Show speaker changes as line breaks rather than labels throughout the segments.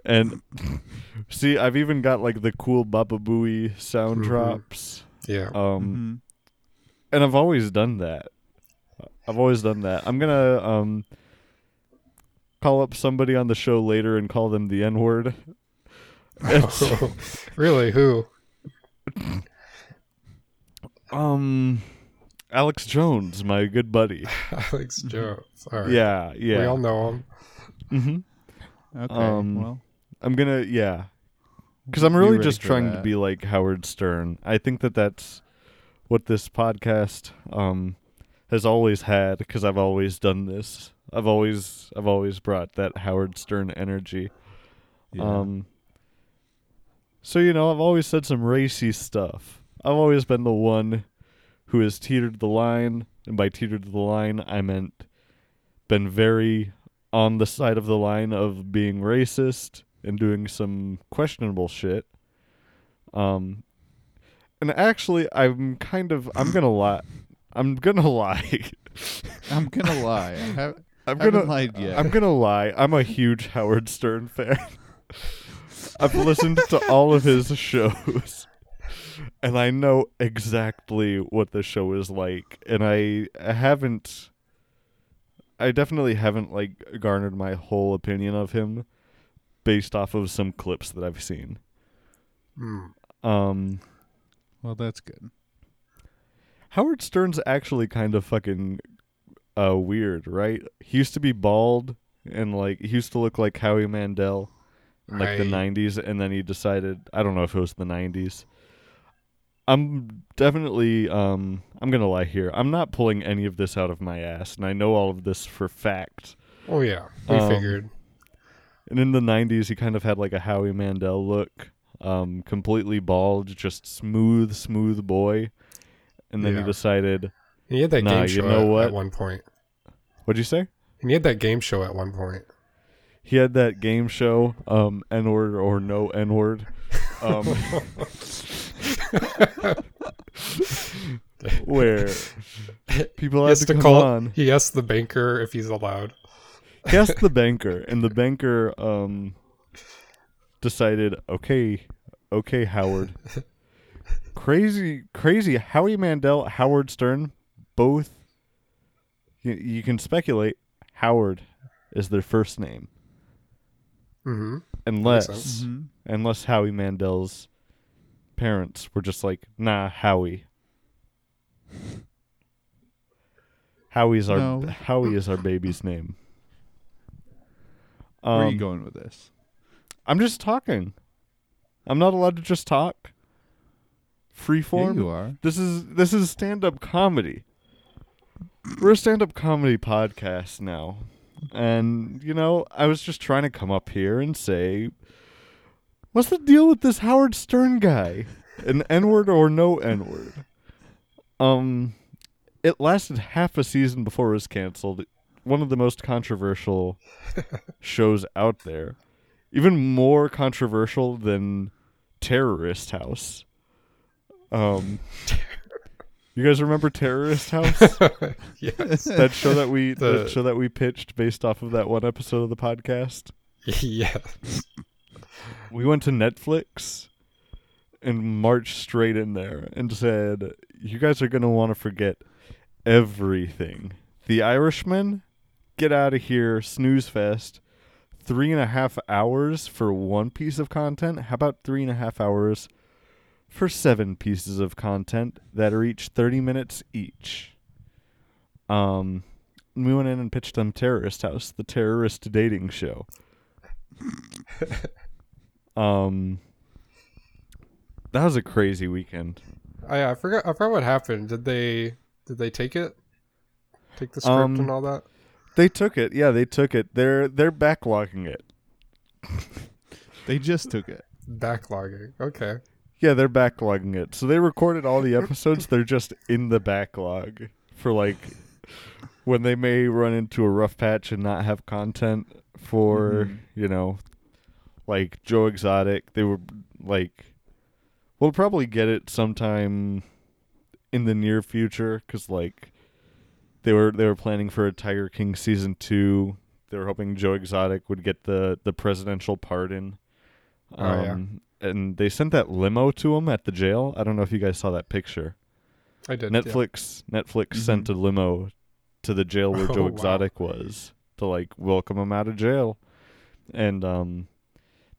And see, I've even got like the cool Baba Booey sound
Mhm.
drops.
Yeah. Mm-hmm.
Um,
Mhm.
and I've always done that. I've always done that. I'm gonna um call up somebody on the show later and call them the N word.
Oh. really? Who?
Um, Alex Jones, my good buddy.
Alex Jones. All right.
Yeah, yeah.
We all know him.
hmm
Okay.
um,
well,
I'm gonna yeah, because I'm
Be
really
ready
just
for
trying to
that.
be like Howard Stern. I think that that's what this podcast um has always had because I've always done this. I've always I've always brought that Howard Stern energy.
yeah.
Um. So you know, I've always said some racy stuff. I've always been the one who has teetered the line, and by teetered the line, I meant been very on the side of the line of being racist and doing some questionable shit. Um, and actually, I'm kind of I'm gonna lie. I'm gonna lie.
I'm gonna lie. I have,
I'm
haven't
gonna
lied yet.
I'm gonna lie. I'm a huge Howard Stern fan. I've listened to all of his shows, and I know exactly what the show is like. And I haven't, I definitely haven't like garnered my whole opinion of him based off of some clips that I've seen.
Hmm.
Um,
well, that's good.
Howard Stern's actually kind of fucking uh, weird, right? He used to be bald and like he used to look like Howie Mandel in like the
Right.
90s and then he decided, I don't know if it was the 90s. I'm definitely um I'm going to lie here. I'm not pulling any of this out of my ass and I know all of this for fact.
Oh yeah. We
Um,
figured.
And in the 90s he kind of had like a Howie Mandel look, um completely bald, just smooth smooth boy. And then
Yeah.
he decided,
And he had that
nah,
game
you
show
know
at,
what?
at one point.
what'd you say?
And he had that game show at one point.
he had that game show um n word or no n word um where people
He
had
has
to,
to
come
call.
on
He asked the banker if he's allowed.
he asked the banker and the banker um decided okay okay howard crazy crazy howie mandel howard stern both you, you can speculate howard is their first name
Mm-hmm.
unless
sense.
Mhm.
unless Howie Mandel's parents were just like, "Nah, Howie. Howie's our
No.
Howie is our baby's name."
Where are you
Um,
going with this?
I'm just talking. I'm not allowed to just talk.
Yeah,
Freeform.
you are.
This is this is stand up comedy. We're a stand up comedy podcast now. And you know, I was just trying to come up here and say What's the deal with this Howard Stern guy? An N word or no N word? Um, it lasted half a season before it was canceled. One of the most controversial shows out there, even more controversial than Terrorist House. Um, you guys remember Terrorist House?
yes.
that show that we
The-
that show that we pitched based off of that one episode of the podcast.
yeah.
we went to Netflix and marched straight in there and said, "You guys are going to want to forget everything." The Irishman, get out of here, snooze fest. Three and a half hours for one piece of content. How about three and a half hours for seven pieces of content that are each thirty minutes each? Um, and we went in and pitched them Terrorist House, the terrorist dating show. Um, that was a crazy weekend.
I, I forgot. I forgot what happened. Did they? Did they take it? Take the script
Um,
and all that.
They took it. Yeah, they took it. They're they're backlogging it.
They just took it.
Backlogging. Okay.
Yeah, they're backlogging it. So they recorded all the episodes. they're just in the backlog for like when they may run into a rough patch and not have content for you know, like Joe Exotic. They were like, we'll probably get it sometime in the near future because like they were they were planning for a Tiger King season two. They were hoping Joe Exotic would get the the presidential pardon. Um,
Oh, yeah.
And they sent that limo to him at the jail. I don't know if you guys saw that picture.
I did. yeah. Mm-hmm.
Netflix Netflix sent a limo to the jail where
Oh,
Joe
wow.
Exotic was to like welcome him out of jail. And um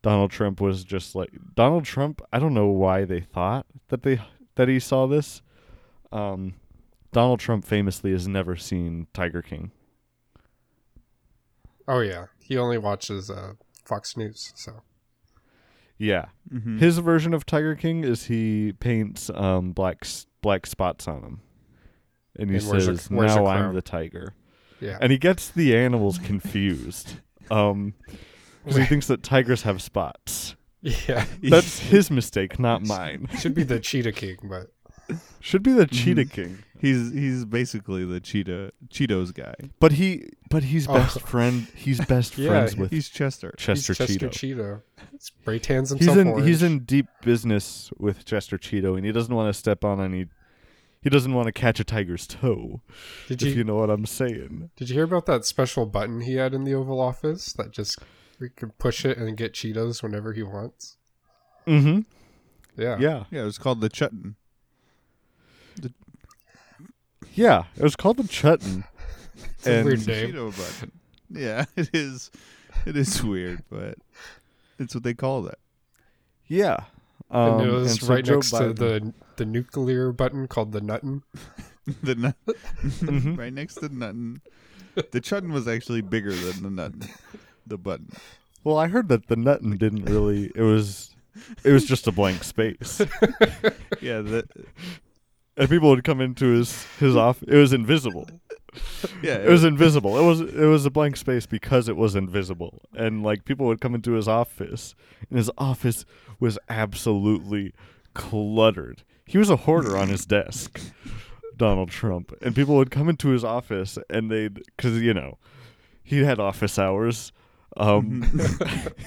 Donald Trump was just like Donald Trump, I don't know why they thought that they that he saw this. Um Donald Trump famously has never seen Tiger King.
Oh yeah. He only watches uh, Fox News. So
Yeah.
Mm-hmm.
His version of Tiger King is he paints um black s- black spots on him. And he
And wears a-
says,
wears a
"Now I'm
crown."
the tiger."
yeah.
and he gets the animals confused um because he thinks that tigers have spots
yeah.
that's his mistake not mine
Should be the Cheetah King, but
should be the
Mm-hmm.
cheetah king
He's he's basically the cheetah Cheetos guy.
but he but he's
Oh.
best friend he's best
Yeah,
friends with
He's Chester.
chester
he's Chester
cheeto
Cheeto. Spray tans and
he's
stuff.
in he's in deep business with chester cheeto and he doesn't want to step on any he doesn't want to catch a tiger's toe
Did
if
you
you know what i'm saying
Did you hear about that special button he had in the Oval Office that just we can push it and get Cheetos whenever he wants?
mm-hmm
Yeah.
yeah
Yeah, it was called the Chutton.
yeah it was called the chutton
It's a
And-
weird name.
Cheeto button. Yeah, it is. It is weird, but it's what they call that.
yeah um,
and it was
and so
right
Joe
next to
Biden-
the the nuclear button called the Nutton.
The nut,
Mm-hmm.
right next to Nutton. The Chutton was actually bigger than the Nutton. The button.
Well, I heard that the Nutton didn't really. It was, it was just a blank space,
Yeah, the,
and people would come into his his off. It was invisible.
yeah.
It was invisible. It was it was a blank space because it was invisible, and like people would come into his office, and his office was absolutely cluttered. He was a hoarder on his desk, Donald Trump, and people would come into his office, and they'd because you know, he had office hours. Um,
Mm-hmm.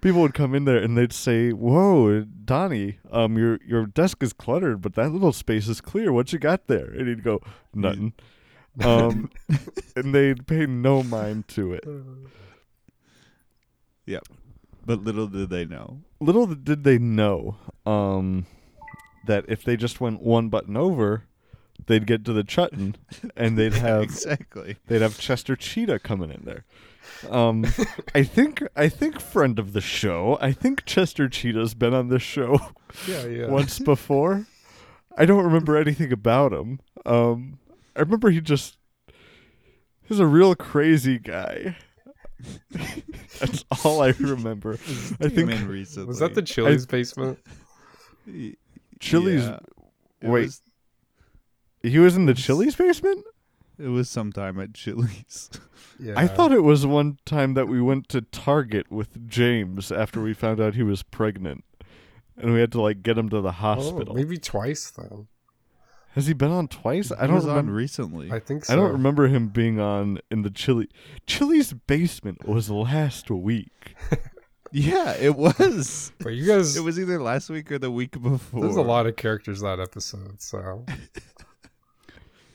people would come in there and they'd say, "Whoa, Donnie, um, your your desk is cluttered, but that little space is clear. What you got there?" And he'd go, "Nothing." Um, and they'd pay no mind to it.
but little did they know.
Little did they know um, that if they just went one button over, they'd get to the chutton, and they'd
Um,
have
exactly.
They'd have Chester Cheetah coming in there. Um, I think I think friend of the show. I think Chester Cheetah's been on this show
Yeah, yeah.
once before. I don't remember anything about him. Um, I remember he just he's a real crazy guy. That's all I remember. I
Came
think
in recently.
Was that the Chili's basement?
Y-
Chili's.
yeah. It
Wait,
was-
he was in the Chili's basement.
it was sometime at Chili's.
Yeah.
I thought it was one time that we went to Target with James after we found out he was pregnant. And we had to like get him to the
Oh,
hospital.
maybe twice then.
Has he been on twice? I
He
don't
was on
remember.
recently.
I think so.
I don't remember him being on in the Chili. Chili's basement was last week.
yeah, it was.
But you guys,
It was either last week or the week before.
there's a lot of characters that episode, so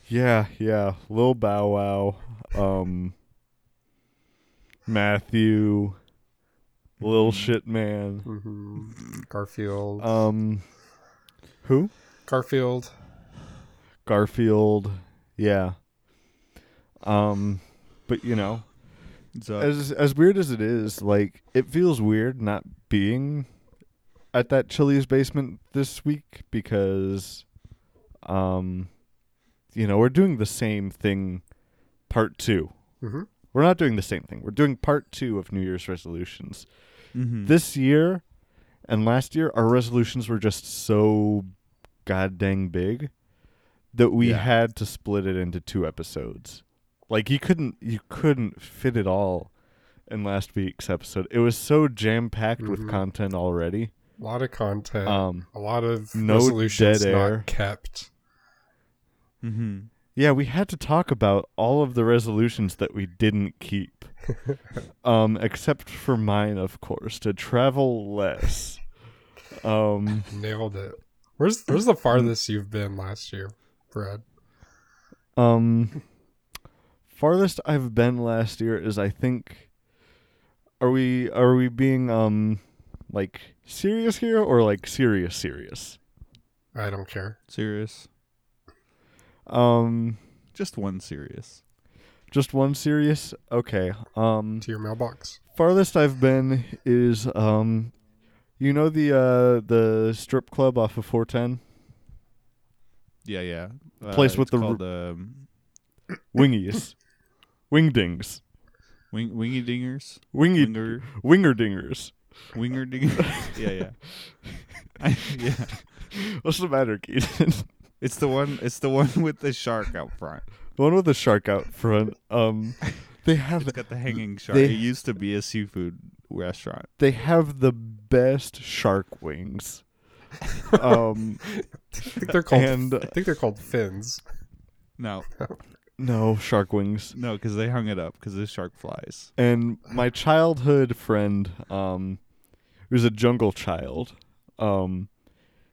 Yeah, yeah. Lil Bow Wow, um, Matthew, Lil Shit Man,
hmm Garfield,
um, who?
Garfield,
Garfield. Yeah. Um, but you know,
So,
as as weird as it is, like it feels weird not being at that Chili's basement this week because, um, you know, we're doing the same thing, part two.
hmm
We're not doing the same thing. We're doing part two of New Year's resolutions
mhm.
this year, and last year our resolutions were just so god dang big that we
Yeah.
had to split it into two episodes. Like you couldn't you couldn't fit it all in last week's episode. It was so jam packed with
Mhm.
content already.
a lot of content,
Um
a lot of
no
resolutions
dead air.
not kept.
Mhm.
yeah, we had to talk about all of the resolutions that we didn't keep. um except for mine, of course, to travel less. Um
Nailed it. Where's where's the farthest you've been last year, Brad?
Um, farthest I've been last year is I think. Are we are we being um, like serious here or like serious serious?
I don't care.
serious.
Um,
Just one serious.
just one serious. Okay. Um,
To your mailbox.
farthest I've been is um, you know the uh the strip club off of four ten
Yeah, yeah. Uh,
Place with
it's
the ru-
called, um,
wingies, wingdings,
wing, wingy dingers,
wingy
winger,
winger dingers.
winger dingers. yeah, yeah. I, yeah,
What's the matter, Keaton?
it's the one. It's the one with the shark out front.
the one with the shark out front. Um, they have
It's got the hanging shark.
They-
it used to be a seafood restaurant.
they have the best shark wings. Um,
I think they're called.
And-
I think they're called fins.
No,
no shark wings.
no, because they hung it up because the shark flies.
And my childhood friend, um, who's a jungle child, um,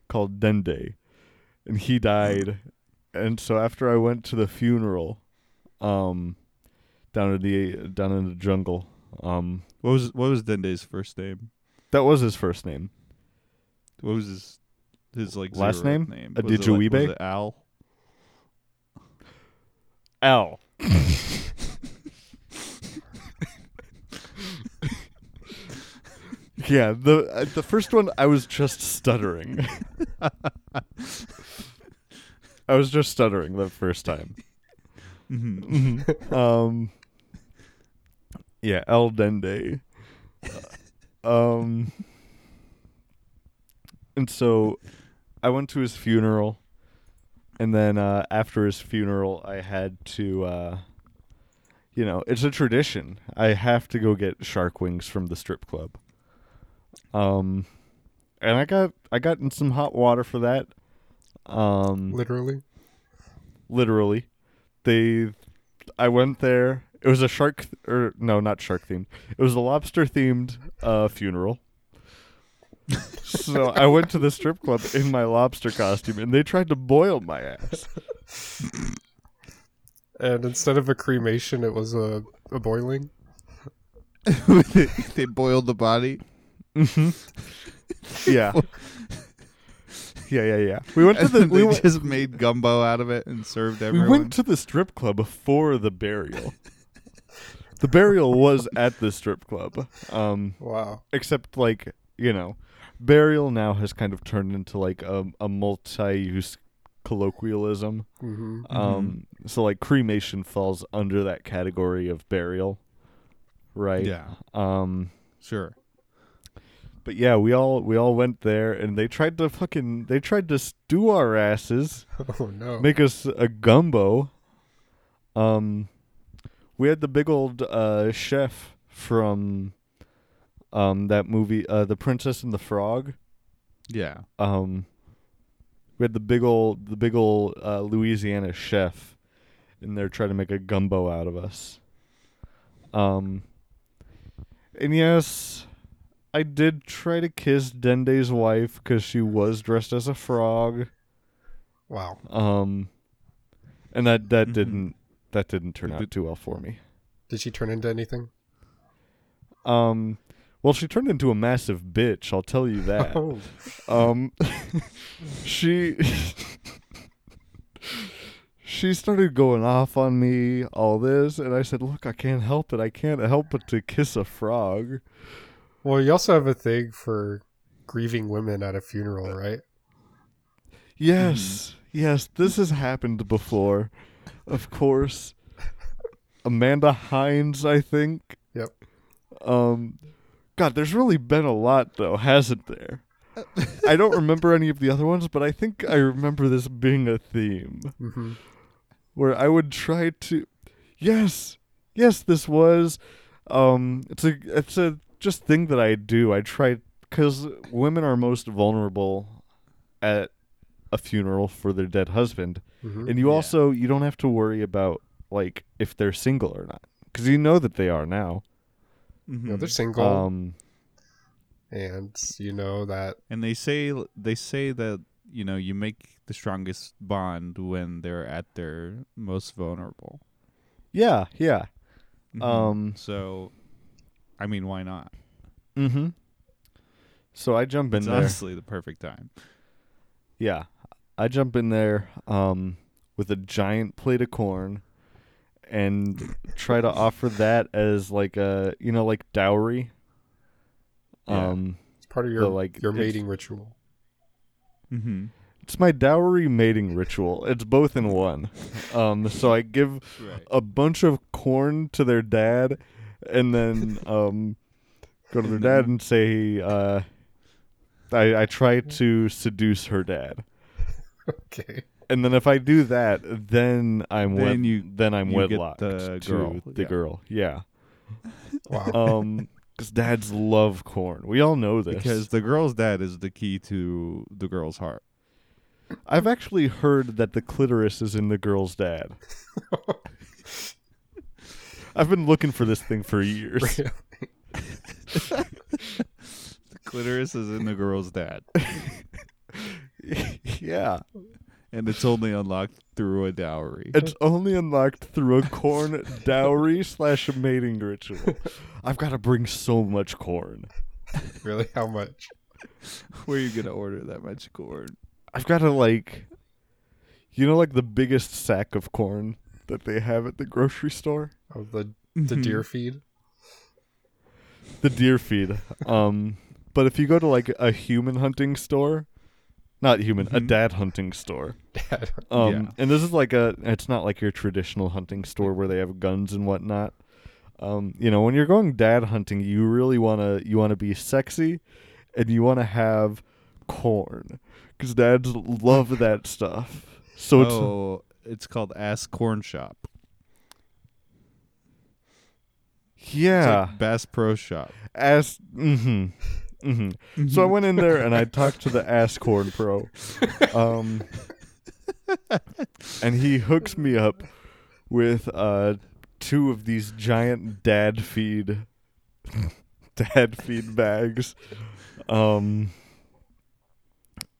called Dende, and he died. And so after I went to the funeral, um, down in the down in the jungle, um,
What was what was Dende's first name?
that was his first name.
What was his his like
Last
zero
name?
name?
A
Was it, like-
Didgeweebe?
was it Al?
Al. yeah, the uh, the first one I was just stuttering. I was just stuttering the first time.
Mhm.
Um Yeah, El Dende. Um And so I went to his funeral and then uh after his funeral I had to uh you know, it's a tradition. I have to go get shark wings from the strip club. Um and I got I got in some hot water for that. Um
Literally.
literally. They, I went there. It was a shark, or no, not shark themed. It was a lobster themed uh, funeral. so I went to the strip club in my lobster costume, and they tried to boil my ass.
And instead of a cremation, it was a, a boiling.
they, they boiled the body.
Yeah. Yeah, yeah, yeah. We went to
And
the
then
we
they
went,
just made gumbo out of it and served
we
everyone.
went to the strip club before the burial. The burial was at the strip club. Um,
Wow.
except like you know burial now has kind of turned into like a, a multi-use colloquialism
hmm
um so like cremation falls under that category of burial right
Yeah,
um
sure.
but yeah we all we all went there and they tried to fucking they tried to stew our asses
Oh no.
make us a gumbo. Um, we had the big old uh, chef from um that movie, uh, The Princess and the Frog.
Yeah.
Um, we had the big old the big old uh, Louisiana chef in there trying to make a gumbo out of us. Um, and yes, I did try to kiss Dende's wife because she was dressed as a frog.
Wow.
Um, and that that
Mhm.
didn't that didn't turn
It
out
did-
too well for me.
Did she turn into anything?
Um, well, she turned into a massive bitch. I'll tell you that.
Oh,
Um, she she started going off on me all this, and I said, "Look, I can't help it. I can't help but to kiss a frog."
well, you also have a thing for grieving women at a funeral, right?
Yes, yes, this has happened before, of course. Amanda Hines, I think.
Yep.
Um, God, there's really been a lot though, hasn't there? I don't remember any of the other ones, but I think I remember this being a theme.
Mm-hmm.
where I would try to Yes. Yes, this was um it's a it's a just thing that I do. I try cuz women are most vulnerable at a funeral for their dead husband.
Mm-hmm.
And you
Yeah.
also you don't have to worry about like if they're single or not cuz you know that they are now.
You know,
Mhm.
they're single,
Um
and you know that.
and they say they say that you know you make the strongest bond when they're at their most vulnerable.
yeah, yeah.
Mhm.
Um
so, I mean, why not?
mhm. So I jump in
It's
there.
honestly the perfect time.
Yeah. I jump in there um, with a giant plate of corn and try to offer that as like a, you know, like dowry.
Yeah.
Um
It's part of your
The, like,
your
it's-
mating ritual.
Mm-hmm.
it's my dowry mating ritual. It's both in one. Um so I give
Right.
a bunch of corn to their dad and then um go to their dad and say uh I, I try to seduce her dad.
Okay.
And then if I do that, then I'm
Then
wed-
you-
then I'm
you get
wedlocked
the
to
girl,
the
yeah.
girl. Yeah.
Wow.
Um, because dads love corn. We all know this.
Because the girl's dad is the key to the girl's heart.
I've actually heard that the clitoris is in the girl's dad. I've been looking for this thing for years.
The clitoris is in the girl's dad,
yeah.
and it's only unlocked through a dowry.
It's only unlocked through a corn dowry slash mating ritual. I've got to bring so much corn.
really? How much?
Where are you gonna order that much corn?
I've got to like, you know, like the biggest sack of corn that they have at the grocery store,
Of the
Mm-hmm.
the deer feed?
the deer feed. Um, but if you go to like a human hunting store, not human, a
Mhm.
dad hunting store.
Dad.
Um,
Yeah.
and this is like a, it's not like your traditional hunting store where they have guns and whatnot. Um, you know, when you're going dad hunting, you really wanna you wanna be sexy, and you wanna have corn, because dads love that stuff. So it's
oh, it's called Ass Corn Shop. It's
yeah,
like Bass Pro Shop.
Ass. Mm-hmm. Mm-hmm. So I went in there and I talked to the ass corn pro, um, and he hooks me up with uh, two of these giant dad feed, dad feed bags, um,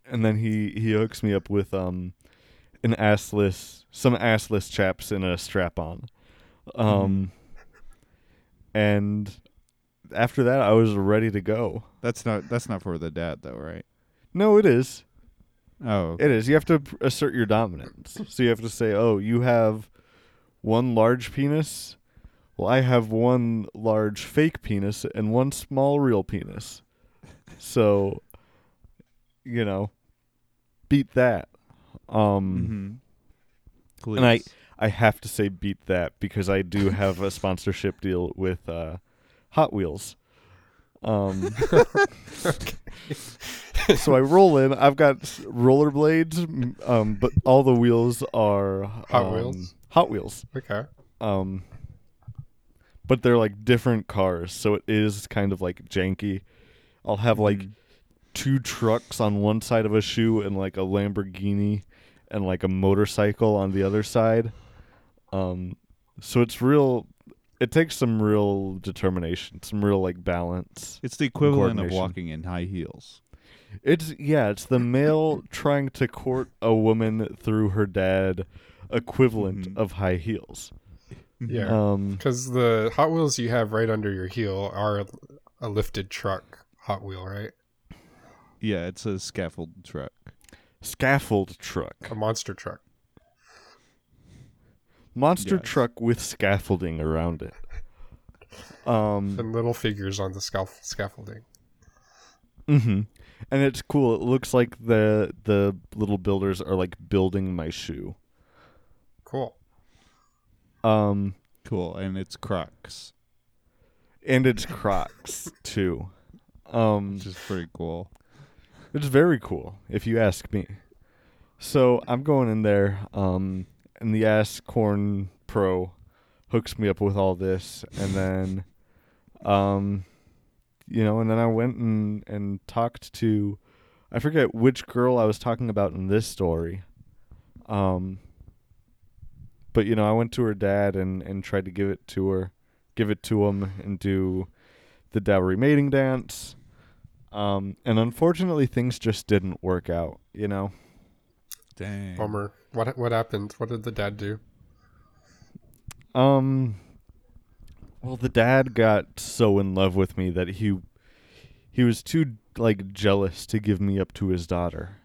and then he he hooks me up with um, an assless some assless chaps in a strap on, um, and after that I was ready to go.
That's not that's not for the dad though, right?
No, it is.
Oh,
It is. You have to p- assert your dominance. So you have to say, "Oh, you have one large penis. Well, I have one large fake penis and one small real penis." So, you know, beat that. Um
mm-hmm. Please.
And I- I have to say beat that because I do have a sponsorship deal with uh, Hot Wheels. Um, so I roll in. I've got s- rollerblades, m- um, but all the wheels are
Hot
um,
Wheels?
Hot Wheels.
Okay.
Um, but they're like different cars, so it is kind of like janky. I'll have like
Mhm.
two trucks on one side of a shoe and like a Lamborghini and like a motorcycle on the other side. Um, so it's real. It takes some real determination, some real like balance.
It's the equivalent of
Coordination.
walking in high heels.
It's yeah, it's the male trying to court a woman through her dad equivalent
Mhm.
of high heels.
Yeah.
Um,
Because the Hot Wheels you have right under your heel are a lifted truck Hot Wheel, right?
Yeah, it's a scaffold truck.
scaffold truck.
A monster truck.
Monster
Yes.
truck with scaffolding around it. Um
And little figures on the scaf- scaffolding.
hmm And it's cool. It looks like the the little builders are like building my shoe.
Cool.
Um,
Cool, and it's Crocs,
and it's Crocs too. Um,
which is pretty cool.
it's very cool if you ask me. So I'm going in there. Um, and the ass corn pro hooks me up with all this, and then, um, you know, and then I went and and talked to, I forget which girl I was talking about in this story, um. But you know, I went to her dad and and tried to give it to her, give it to him, and do the dowry mating dance. Um, and unfortunately, things just didn't work out. You know,
Dang.
Bummer. What what happened? What did the dad do?
Um. Well, the dad got so in love with me that he he was too like jealous to give me up to his daughter.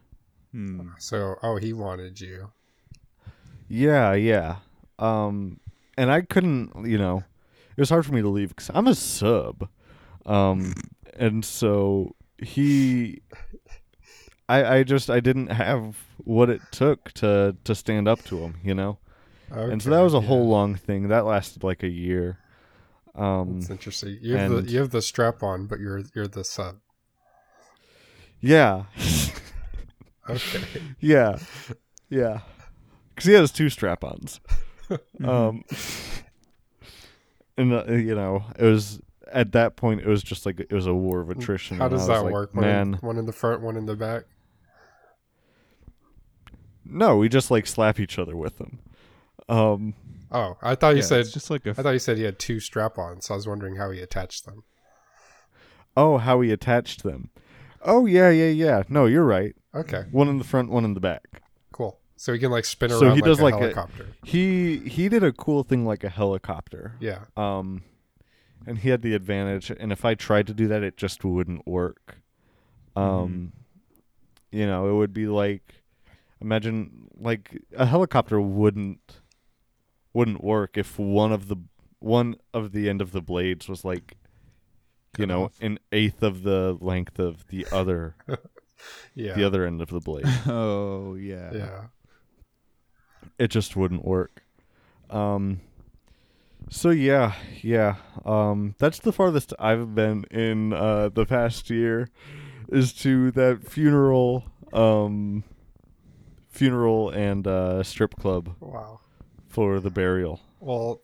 Hmm.
So, oh, he wanted you.
Yeah, yeah. Um, and I couldn't, you know, it was hard for me to leave because I'm a sub. Um, and so he, I, I just, I didn't have what it took to to stand up to him, you know. and so that
Okay,
was a
yeah.
whole long thing that lasted like a year. Um,
It's interesting. You have
and-
the you have the strap on, but you're you're the sub.
yeah.
Okay.
Yeah, yeah, because he has two strap-ons. um, and uh, you know, it was at that point, it was just like it was a war of attrition.
How
and I
does
was
that
like,
work? One, in,
man?
one in the front, one in the back.
No, we just like slap each other with them. Um,
Oh, I thought you
Yeah,
said
it's just like a
I thought you said he had two strap-ons. So I was wondering how he attached them.
oh, how he attached them. Oh yeah, yeah, yeah. No, you're right.
Okay,
One in the front, one in the back.
cool. So he can like spin
So
around
he
like
does
a
like a-
helicopter.
He he did a cool thing like a helicopter.
Yeah.
um, and he had the advantage. And if I tried to do that, it just wouldn't work. Um,
Mm-hmm.
you know, it would be like, imagine like a helicopter wouldn't wouldn't work if one of the one of the end of the blades was like, you
Cut
know,
off.
an eighth of the length of the other
Yeah.
the other end of the blade.
Oh yeah.
yeah.
it just wouldn't work. Um so yeah, yeah. Um that's the farthest I've been in uh the past year is to that funeral um funeral and uh strip club
Wow.
for the burial.
Well,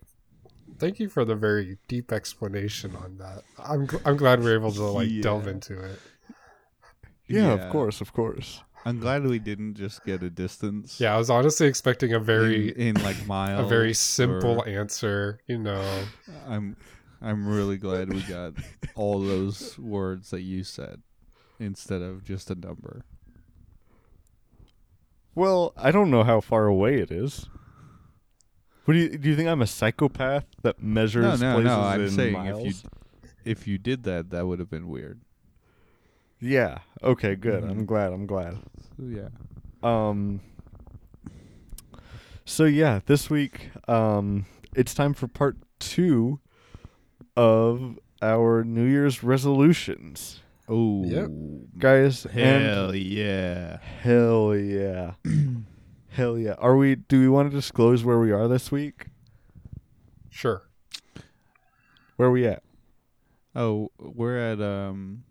thank you for the very deep explanation on that. I'm gl- I'm glad we are able to like
Yeah.
delve into it.
Yeah, of course, of course.
I'm glad we didn't just get a distance.
Yeah, I was honestly expecting a very
in, in like miles.
a very simple
or-
answer. You know.
I'm I'm really glad we got all those words that you said instead of just a number.
Well, I don't know how far away it is. What do you do you think I'm a psychopath that
No,
measures
no,
places
no. I'm
in
saying
miles?
if you if you did that, that would have been weird.
Yeah. Okay, good.
Mhm.
I'm glad. I'm glad.
Yeah.
Um. So yeah, this week, um, it's time for part two of our New Year's resolutions,
Oh.
Yep.
guys.
Hell yeah.
And hell yeah, hell yeah. Are we? Do we want to disclose where we are this week?
Sure.
Where are we at?
Oh, we're at um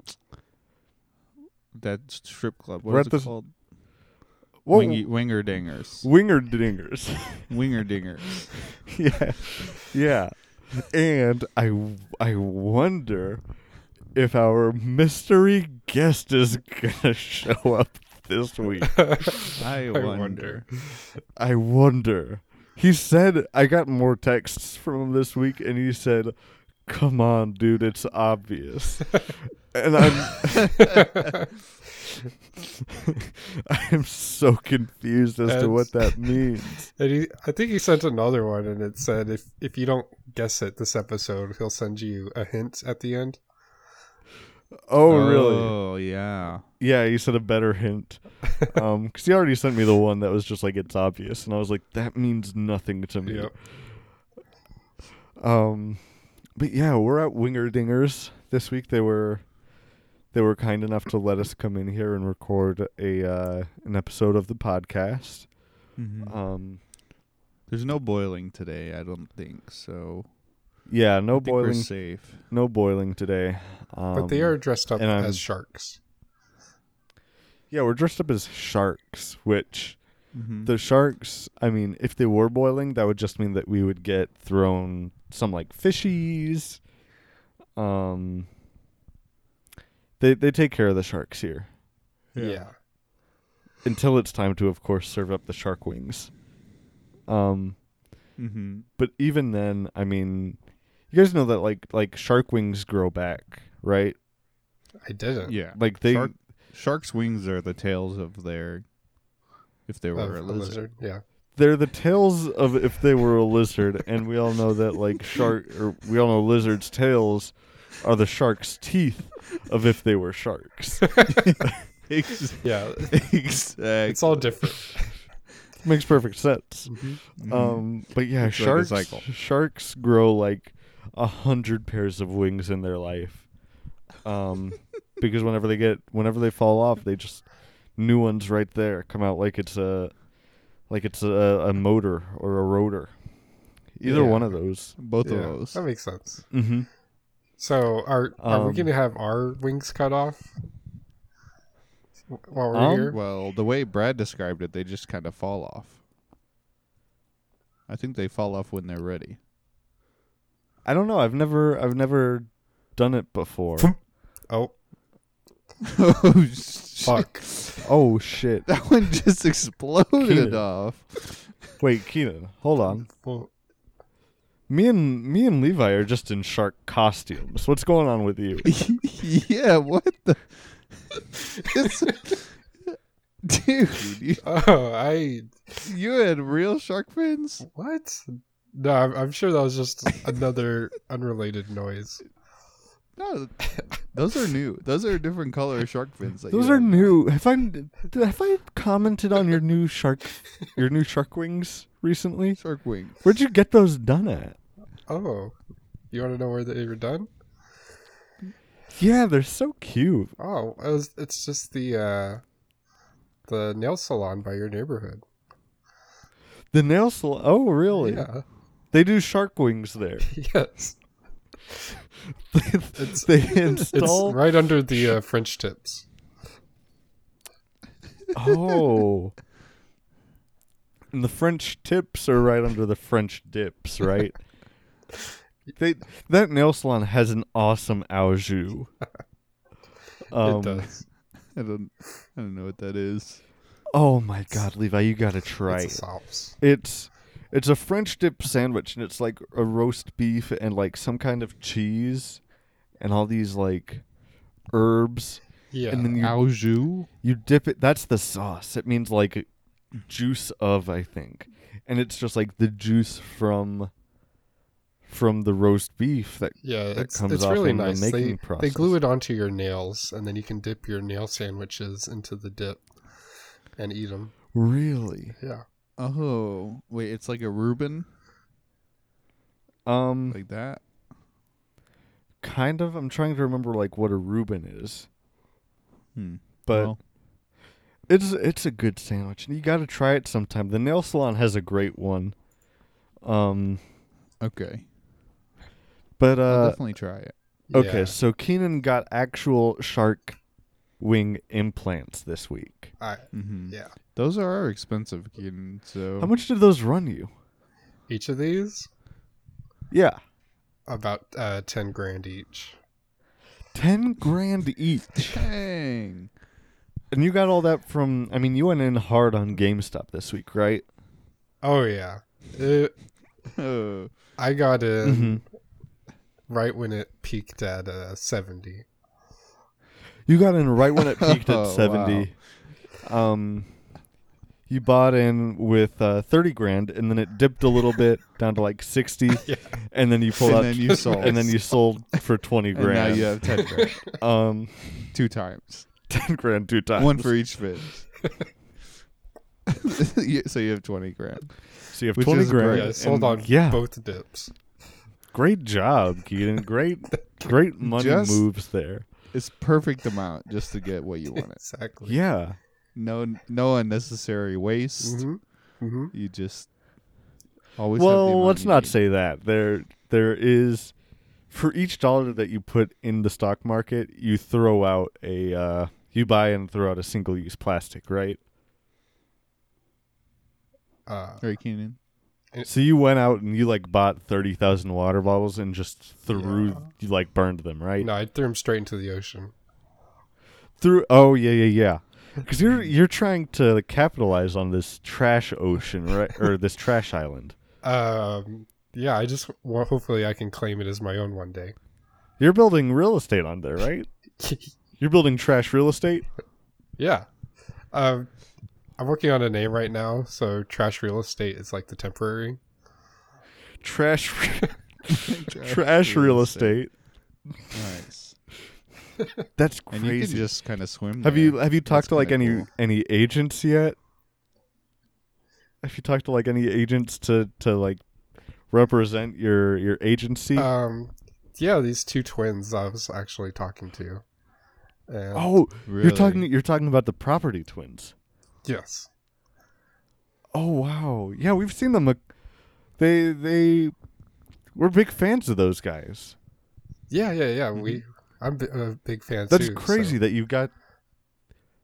that strip club.
We're
What's
at
it
this-
called?
Well,
Wingy, winger dingers.
winger dingers.
Winger dingers.
yeah, yeah. And I, I wonder if our mystery guest is gonna show up this week.
I,
wonder.
wonder.
I wonder. He said, I got more texts from him this week, and he said, Come on, dude, it's obvious. and I'm. I'm so confused as to what that means.
And he, I think he sent another one, and it said, "If if you don't guess it this episode, he'll send you a hint at the end."
Oh, really?
Oh, yeah.
Yeah, he said a better hint. Um, because he already sent me the one that was just like, It's obvious. And I was like, That means nothing to me.
Yep.
Um, but yeah, we're at Winger Dingers this week. They were they were kind enough to let us come in here and record a uh, an episode of the podcast.
Mhm.
Mm-hmm.
Um,
There's no boiling today, I don't think. So
yeah, no
I think we're
boiling,
safe.
no boiling today. Um,
But they are dressed up
and I'm-
as sharks.
yeah, we're dressed up as sharks, which
Mm-hmm.
Mhm.
the sharks. I mean, if they were boiling, that would just mean that we would get thrown some like fishies. Um, they they take care of the sharks here.
Yeah.
until it's time to, of course, serve up the shark wings. Um,
Mm-hmm.
Mhm.
but even then, I mean, you guys know that like like shark wings grow back, right?
I didn't.
Yeah.
Like they,
Shark- sharks' wings are the tails of their. If they
Of
were a
a
lizard.
lizard. Yeah.
they're the tails of if they were a lizard, and we all know that like shark, or we all know lizards' tails are the shark's teeth of if they were sharks.
Ex-
Yeah.
exactly.
It's all different.
Makes perfect sense.
Mhm.
Um, but yeah,
It's like a
sharks
cycle.
sharks grow like a hundred pairs of wings in their life, um, because whenever they get whenever they fall off, they just new ones right there come out like it's a like it's a, a motor or a rotor, either
Yeah.
one of those.
both
Yeah,
of those.
That makes sense.
Mm-hmm.
So are are we
Um,
going to have our wings cut off while we're
Um,
here?
Well, the way Brad described it, they just kind of fall off. I think they fall off when they're ready.
I don't know. I've never I've never done it before.
Oh
oh, shit.
fuck!
oh shit!
That one just exploded
Keenan.
off.
Wait, Keenan, hold on.
well,
Me and me and Levi are just in shark costumes. What's going on with you?
yeah, what the? It's- Dude, you,
oh, I
you had real shark fins?
what? No, I'm, I'm sure that was just another unrelated noise.
No, those are new. Those are different color shark fins. that you
Those are
have.
new. Have I have I commented on your new shark your new shark wings recently?
shark wings.
Where'd you get those done at?
Oh, you want to know where they were done?
Yeah, they're so cute.
Oh, it was, it's just the uh, the nail salon by your neighborhood.
The nail salon. Oh, really?
Yeah.
They do shark wings there.
Yes. It's
they
it's
install.
right under the uh, French tips.
Oh. And the French tips are right under the French dips, right? they that nail salon has an awesome au jus. Um,
it does.
I don't, I don't know what that is.
Oh my god, Levi, you gotta try
It's
it.
a sops.
It's it's a French dip sandwich, and it's like a roast beef and like some kind of cheese, and all these like herbs,
Yeah.
and then you
Au jus?
you dip it. That's the sauce. It means like juice of, I think, and it's just like the juice from from the roast beef that
yeah, it's,
comes
it's
off
really
in the
nice.
making
They, they
process.
glue it onto your nails, and then you can dip your nail sandwiches into the dip and eat them.
really.
Yeah.
Oh, wait, it's like a Reuben?
Um,
Like that?
kind of. I'm trying to remember like what a Reuben is,
Hmm.
but.
Well,
It's it's a good sandwich, and you got to try it sometime. The nail salon has a great one, um,
okay.
but
I'll
uh,
definitely try it.
okay.
Yeah.
So Keenan got actual shark wing implants this week.
I,
Mm-hmm.
yeah.
Those are expensive, Keaton. So
How much did those run you?
Each of these
Yeah,
about uh, ten grand each.
Ten grand each.
Dang.
And you got all that from I mean, you went in hard on GameStop this week, right?
Oh yeah, It-
Oh.
I got in
Mm-hmm.
Mm-hmm.
right when it peaked at uh, seventy.
You got in right when it peaked at
Oh,
70. Um, you bought in with uh, 30 grand and then it dipped a little bit down to like 60 and then you pulled
And
out
then you sold.
and then you sold for 20
And now
grand.
you have ten grand.
um,
Two times.
10 grand two times.
One for each fish. You- so you have twenty grand.
So you have
which
20
is
grand.
great.
Yeah, I sold
and-
on
yeah.
both dips.
Great job, Keaton. Great great money
Just-
moves there.
It's perfect amount just to get what you wanted.
Exactly.
Yeah.
No, no unnecessary waste.
Mm-hmm.
hmm hmm
You just always. have the
well,
amount
let's
you
not
need.
say that. There there is for each dollar that you put in the stock market, you throw out a uh, you buy and throw out a single use plastic, right?
Uh,
Harry Keenan.
So you went out and you like bought 30,000 water bottles and just threw
Yeah.
you like burned them, right?
no, I threw them straight into the ocean.
Through Oh, yeah, yeah, yeah. Cuz you're you're trying to capitalize on this trash ocean, right? or this trash island.
Um, yeah, I just well, hopefully I can claim it as my own one day.
You're building real estate on there, right? You're building trash real estate?
yeah, um, I'm working on a name right now, so Trash Real Estate is like the temporary.
Trash trash real estate.
Nice.
That's
And
crazy.
you can just kind of swim.
have
there.
you have you talked to like
kinda
any
cool.
any agents yet? Have you talked to like any agents to to like represent your your agency?
Uh,
Um, yeah, these two twins I was actually talking to. And
oh,
Really?
you're talking you're talking about the property twins.
yes,
Oh wow, yeah, we've seen them. a- They they we're big fans of those guys.
yeah, yeah, yeah. We, I'm b- a big fan.
Mm-hmm. That's
too, so-
crazy that you got.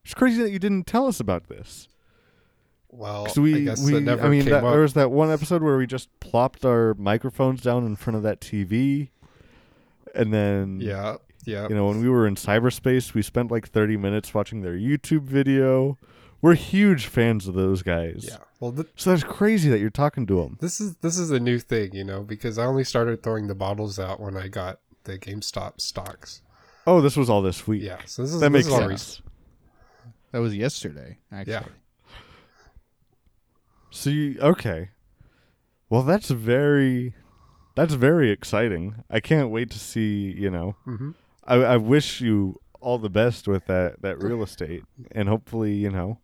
It's crazy that you didn't tell us about this.
Well,
Because
I
we,
guess
we
it never
I mean,
came
that,
up.
there was that one episode where we just plopped our microphones down in front of that TV, and then
yeah, yeah.
you know, when we were in cyberspace, we spent like thirty minutes watching their YouTube video. We're huge fans of those guys.
Yeah. Well, th-
So that's crazy that you're talking to them.
this is this is a new thing, you know, because I only started throwing the bottles out when I got the GameStop stocks.
Oh, this was all this week.
Yeah. So this is
that
this
makes
is all
sense.
recent.
That was yesterday, actually.
Yeah.
So you okay? Well, that's very, that's very exciting. I can't wait to see. You know,
Mhm.
I, I wish you all the best with that that real estate, and hopefully, you know.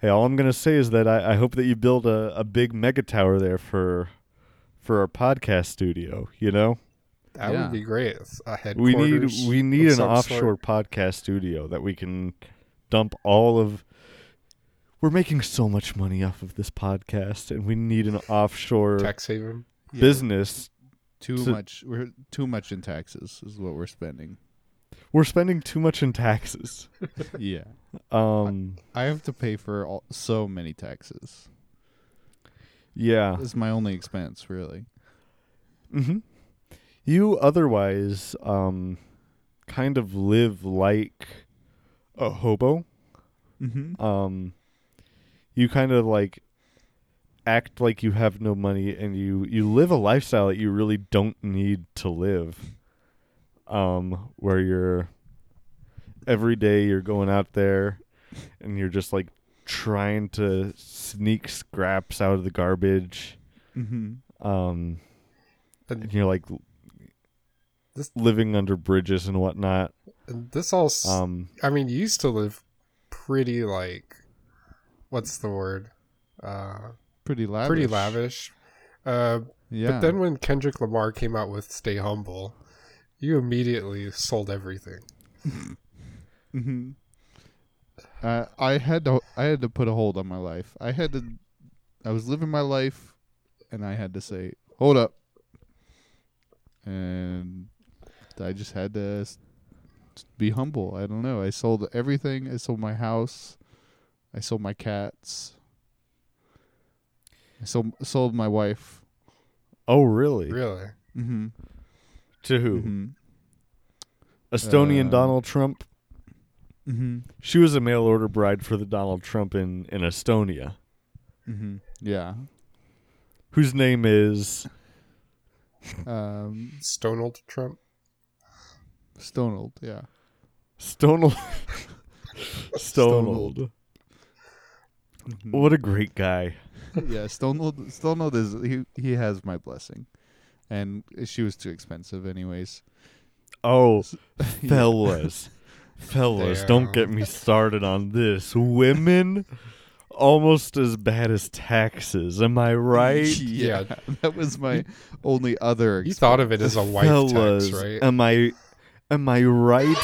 Hey, all I'm gonna say is that I, I hope that you build a, a big mega tower there for, for our podcast studio. You know,
That
Yeah.
would be great. It's A
we need
headquarters
we need
of
an
some
offshore
sort.
podcast studio that we can dump all of we're making so much money off of this podcast and we need an offshore
tax haven.
Yeah.
business
Too
So-
much. We're too much in taxes is what we're spending.
we're spending too much in taxes
yeah.
um
I have to pay for all, so many taxes.
yeah
It's my only expense, really.
hmm you otherwise um kind of live like a hobo
Mm-hmm.
um you kind of like act like you have no money and you you live a lifestyle that you really don't need to live um where you're every day you're going out there and you're just like trying to sneak scraps out of the garbage
Mm-hmm.
um and
And,
you're like l-
This-
living under bridges and whatnot
and this all, s-
um
I mean, you used to live pretty like, what's the word? Uh,
Pretty lavish.
pretty lavish. Uh,
Yeah.
But then when Kendrick Lamar came out with "Stay Humble," you immediately sold everything.
hmm Uh, I had to. I had to put a hold on my life. I had to. I was living my life, and I had to say, "Hold up," and I just had to s- be humble. I don't know. I sold everything. I sold my house. I sold my cats. I sold sold my wife.
oh really
Really?
Mm-hmm.
to who
Mm-hmm.
Estonian
Uh,
Donald Trump.
Mm-hmm.
She was a mail order bride for the Donald Trump in, in Estonia,
Mm-hmm. Yeah.
whose name is
Um,
Stonald Trump.
Stonold. Yeah.
Stonel. Stonel.
Mhm.
What a great guy.
yeah, Stonewald. Stonewald is he. He has my blessing, and she was too expensive, anyways.
Oh,
Yeah.
fellas. fellas,
There.
don't get me started on this. Women almost as bad as taxes. Am I right?
Yeah, that was my only other.
You
Ex-
thought of it as a wife
fellas,
tax, right?
am I am I right?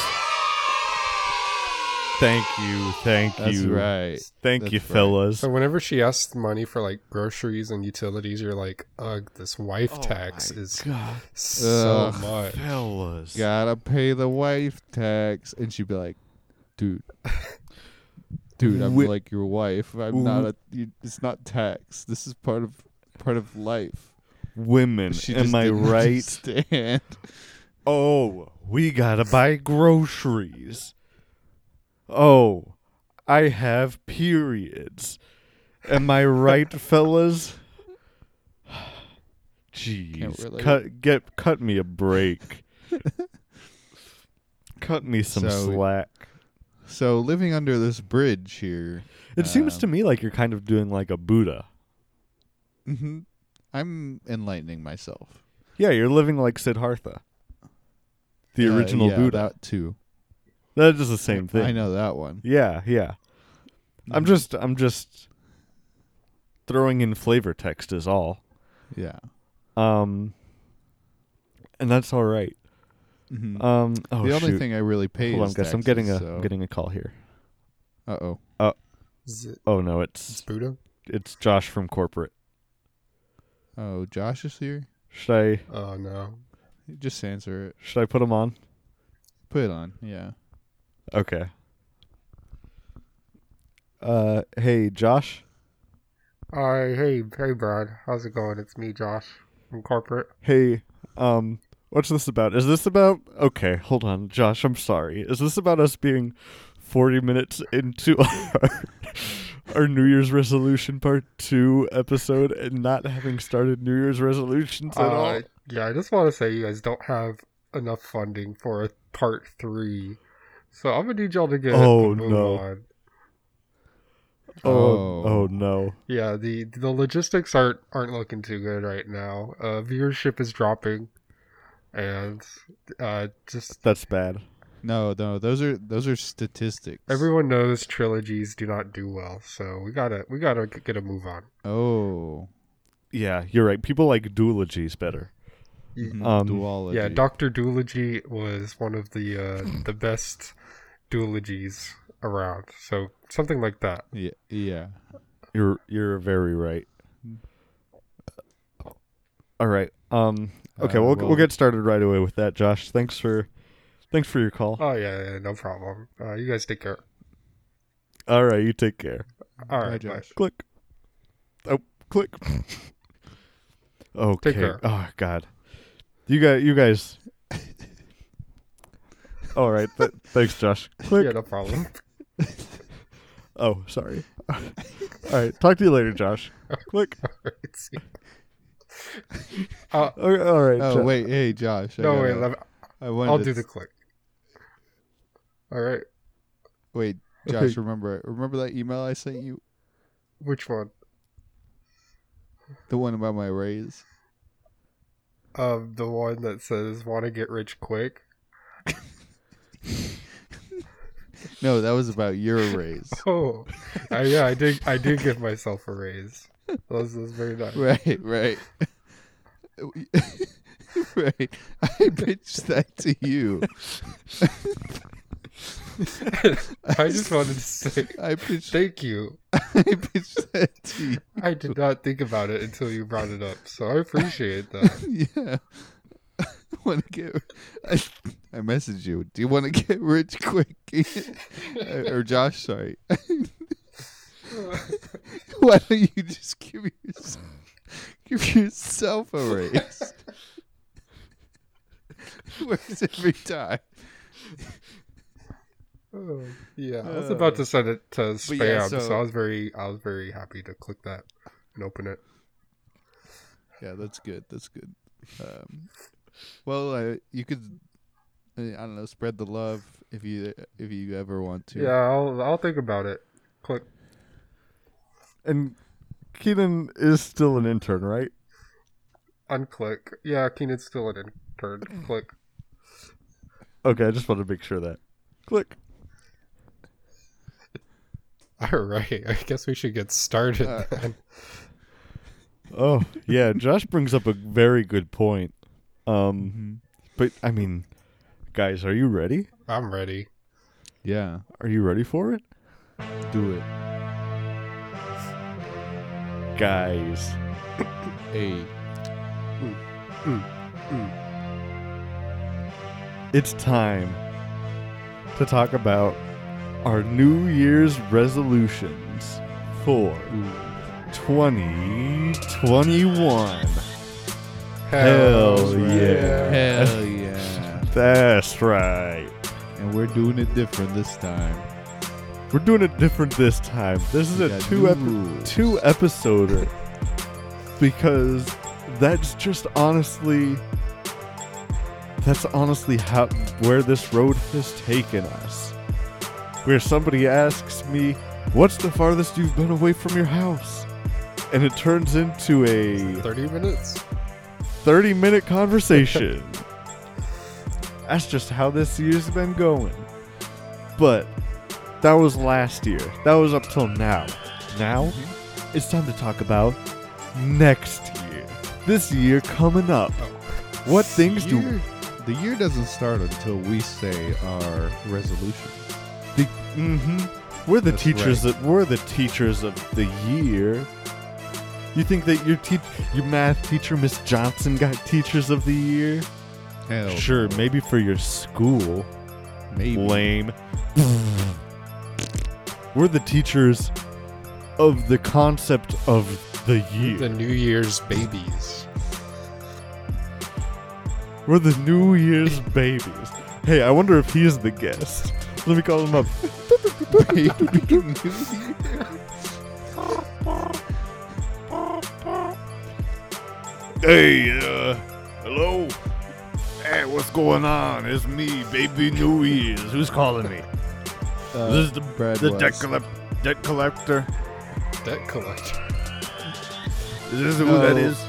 Thank you. Thank
That's
you.
right.
Thank
That's
you,
right.
fellas.
so whenever she asks money for like groceries and utilities, you're like, ugh, this wife
Oh
tax
my
is
God,
so
Ugh.
much.
fellas.
Gotta pay the wife tax, and she'd be like, "Dude, dude, I'm
Wi-
like your wife. I'm not a. You, it's not tax. This is part of part of life."
Women,
She just
am I
didn't
right?
Understand.
Oh, we gotta buy groceries. Oh, I have periods. Am I right, fellas?
Can't
Jeez,
relate.
cut get cut me a break. cut me some
So-
slack.
So living under this bridge here.
It seems
um,
to me like you're kind of doing like a Buddha.
hmm I'm enlightening myself.
Yeah, you're living like Siddhartha, the
Uh,
original
yeah,
Buddha.
That too.
That is the same thing.
I know that one.
Yeah, yeah. I'm
Mhm.
just I'm just throwing in flavor text is all.
Yeah.
Um and that's all right.
Mhm.
Um oh
the only
shoot.
thing I really pay
Hold on,
is
guys.
taxes.
I'm getting a
So.
am getting a call here.
Uh oh.
Is it
Oh no,
is
it's
Buddha?
it's Josh from corporate.
Oh, Josh is here.
Should I
Oh no.
Just answer it.
should I put him on?
Put it on. Yeah.
Okay. Uh hey Josh.
Hi, hey, hey, Brad. How's it going? It's me, Josh from corporate.
Hey, um what's this about? Is this about Okay, hold on. Josh, I'm sorry. Is this about us being 40 minutes into our our New Year's resolution part 2 episode and not having started New Year's resolutions at all?
Uh, yeah, I just want to say you guys don't have enough funding for a part three, so I'm gonna need y'all to get
Oh,
a move
no.
on.
Oh,
oh.
oh no.
Yeah, the the logistics aren't aren't looking too good right now. Uh, viewership is dropping, and uh, just
That's bad.
No, no. Those are those are statistics.
everyone knows trilogies do not do well. So we gotta we gotta g- get a move on.
Oh.
Yeah, you're right. People like duologies better.
Mhm.
Um,
Duology.
Yeah, Doctor Duology was one of the uh, the best duologies around. So something like that.
Yeah. Yeah.
You're you're very right. All right. Um okay,
Uh,
we'll,
well-
we'll get started right away with that, Josh. Thanks for thanks for your call.
Oh yeah, yeah no problem. Uh, you guys take care.
All right, you take care.
All
Bye,
right, bye.
Josh.
Click. Oh, click. okay.
care.
Oh God. You guys. You guys. All right. Th- thanks, Josh. Click.
Yeah, no problem.
Oh, sorry. All right. Talk to you later, Josh. Click.
uh,
Oh, all right.
Oh
Jo-
wait. Hey, Josh. I
no, wait,
gotta-
let me-
I wanted
I'll
to
do
s-
the click. All right,
Wait,
Okay.
Josh. Remember. Remember that email I sent you.
which one?
The one about my raise.
Um, the one that says "Want to get rich quick."
No, that was about your raise.
Oh, uh, yeah, I did. I did give myself a raise. That was, that was very nice.
Right, right. right. I bitched that to you.
I just wanted to say
I bitched,
thank you.
I bitched that to you.
I did not think about it until you brought it up, so I appreciate that.
Yeah. I want to get. I, I messaged you. Do you want to get rich quick? Uh, or Josh, sorry. Why don't you just give yourself, give yourself a raise? it works every time.
Oh, yeah, I was about
Uh,
to send it to
but
spam,
yeah,
so...
so-
I was very, I was very happy to click that and open it.
Yeah, that's good. That's good. Um, well, uh, you could, uh, I don't know, spread the love if you if you ever want to.
Yeah, I'll, I'll think about it. Click.
And Keenan is still an intern, right?
Unclick. Yeah, Keenan's still an intern. Click.
Okay, I just want to make sure of that. Click.
All right. I guess we should get started.
Uh,
then.
Oh, yeah, Josh brings up a very good point. Um,
Mhm.
but I mean, guys, are you ready?
I'm ready.
Yeah.
Are you ready for it?
Do it.
Guys,
Hey.
it's time to talk about our New Year's resolutions for 2021. Hell yeah.
Hell yeah.
That's right.
And we're doing it different this time.
We're doing it different this time. This is
We
a
got
two epi-
rules.
two episoder because that's just honestly that's honestly how where this road has taken us. Where somebody asks me, "What's the farthest you've been away from your house?" and it turns into a
Thirty minutes.
30 minute conversation. That's just how this year's been going. But that was last year. That was up till now. Now it's time to talk about next year. This year coming up. What things do
Year- the year doesn't start until we say our resolution.
the, hmm we're the
That's
teachers that we're the teachers of the year. You think that your teach your math teacher Miss Johnson got teachers of the year?
Hell.
Sure, maybe for your school.
Maybe.
Lame. We're the teachers of the concept of the year.
The New Year's babies.
We're the New Year's babies. Hey, I wonder if he's the guest. Let me call him up. Hey, uh, hello? Hey, what's going on? It's me, Baby New Year's. Who's calling me?
Uh,
this is the,
Brad
the debt,
West.
collect- debt collector.
Debt collector.
Is this who
No.
that is?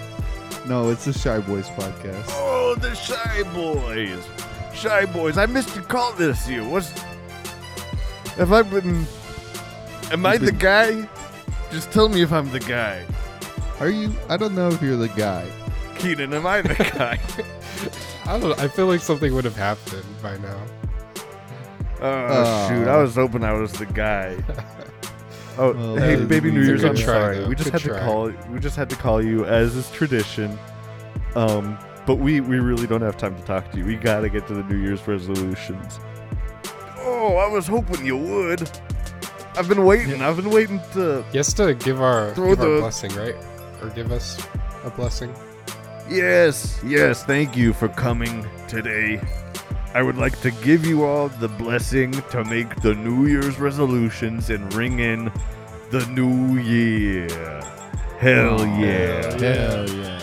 no, it's the Shy Boys podcast.
Oh, the Shy Boys. Shy Boys. I missed your call this year. What's. Have I been. Am I the guy? Just tell me if I'm the guy.
Are you? I don't know if you're the guy.
Keenan, am I the guy?
I don't. I feel like something would have happened by now.
oh, shoot. I was hoping I was the guy. Oh,
Well,
hey,
that
baby
is
New
a
Year's.
good
I'm
try,
sorry.
though.
We just had
Good
to
try.
call. We just had to call you, as is tradition. Um, but we we really don't have time to talk to you. We gotta get to the New Year's resolutions. Oh, I was hoping you would. I've been waiting. I've been waiting to.
He has to give our,
Throw
give our
the-
blessing, right? Or give us a blessing.
Yes, yes. Thank you for coming today. I would like to give you all the blessing to make the New Year's resolutions and ring in the new year. Hell yeah.
Hell yeah.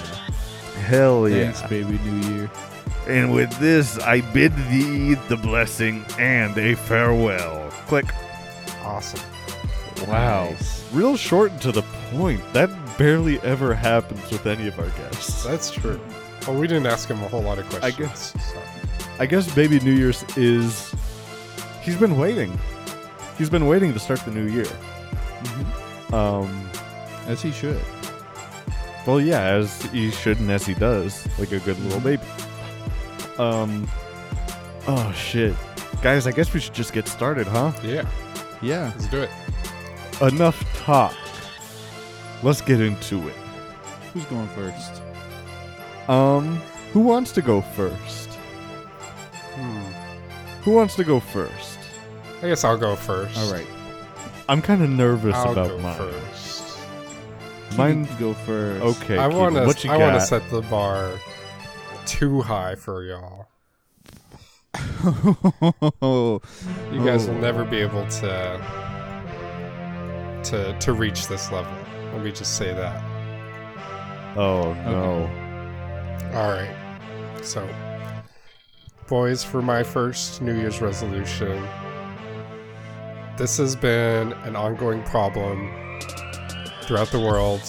Hell yeah.
Thanks, baby. New year.
And with this, I bid thee the blessing and a farewell. Click.
Awesome.
Nice.
Real short and to the point. That barely ever happens with any of our guests.
That's true. Well, we didn't ask him a whole lot of questions.
guess.
so.
I guess Baby New Year's is. He's been waiting. He's been waiting to start the new year.
Mm-hmm.
Um.
As he should.
Well, yeah, as he should and as he does, like a good little baby.
Mm-hmm.
Um. Oh shit, guys! I guess we should just get started, huh?
Yeah,
Yeah.
let's do it.
Enough talk. Let's get into it.
Who's going first?
Um, who wants to go first?
Hmm.
Who wants to go first?
I guess I'll go first.
All right.
I'm kind of nervous
I'll
about
go
mine.
first.
Mine.
Keaton, go first.
Okay.
I
Keaton,
want
What
to.
you
I
got?
want to set the bar too high for y'all.
Oh,
You guys
Oh.
will never be able to to to reach this level. Let me just say that.
Oh no.
All right. So, boys, for my first New Year's resolution, this has been an ongoing problem throughout the world,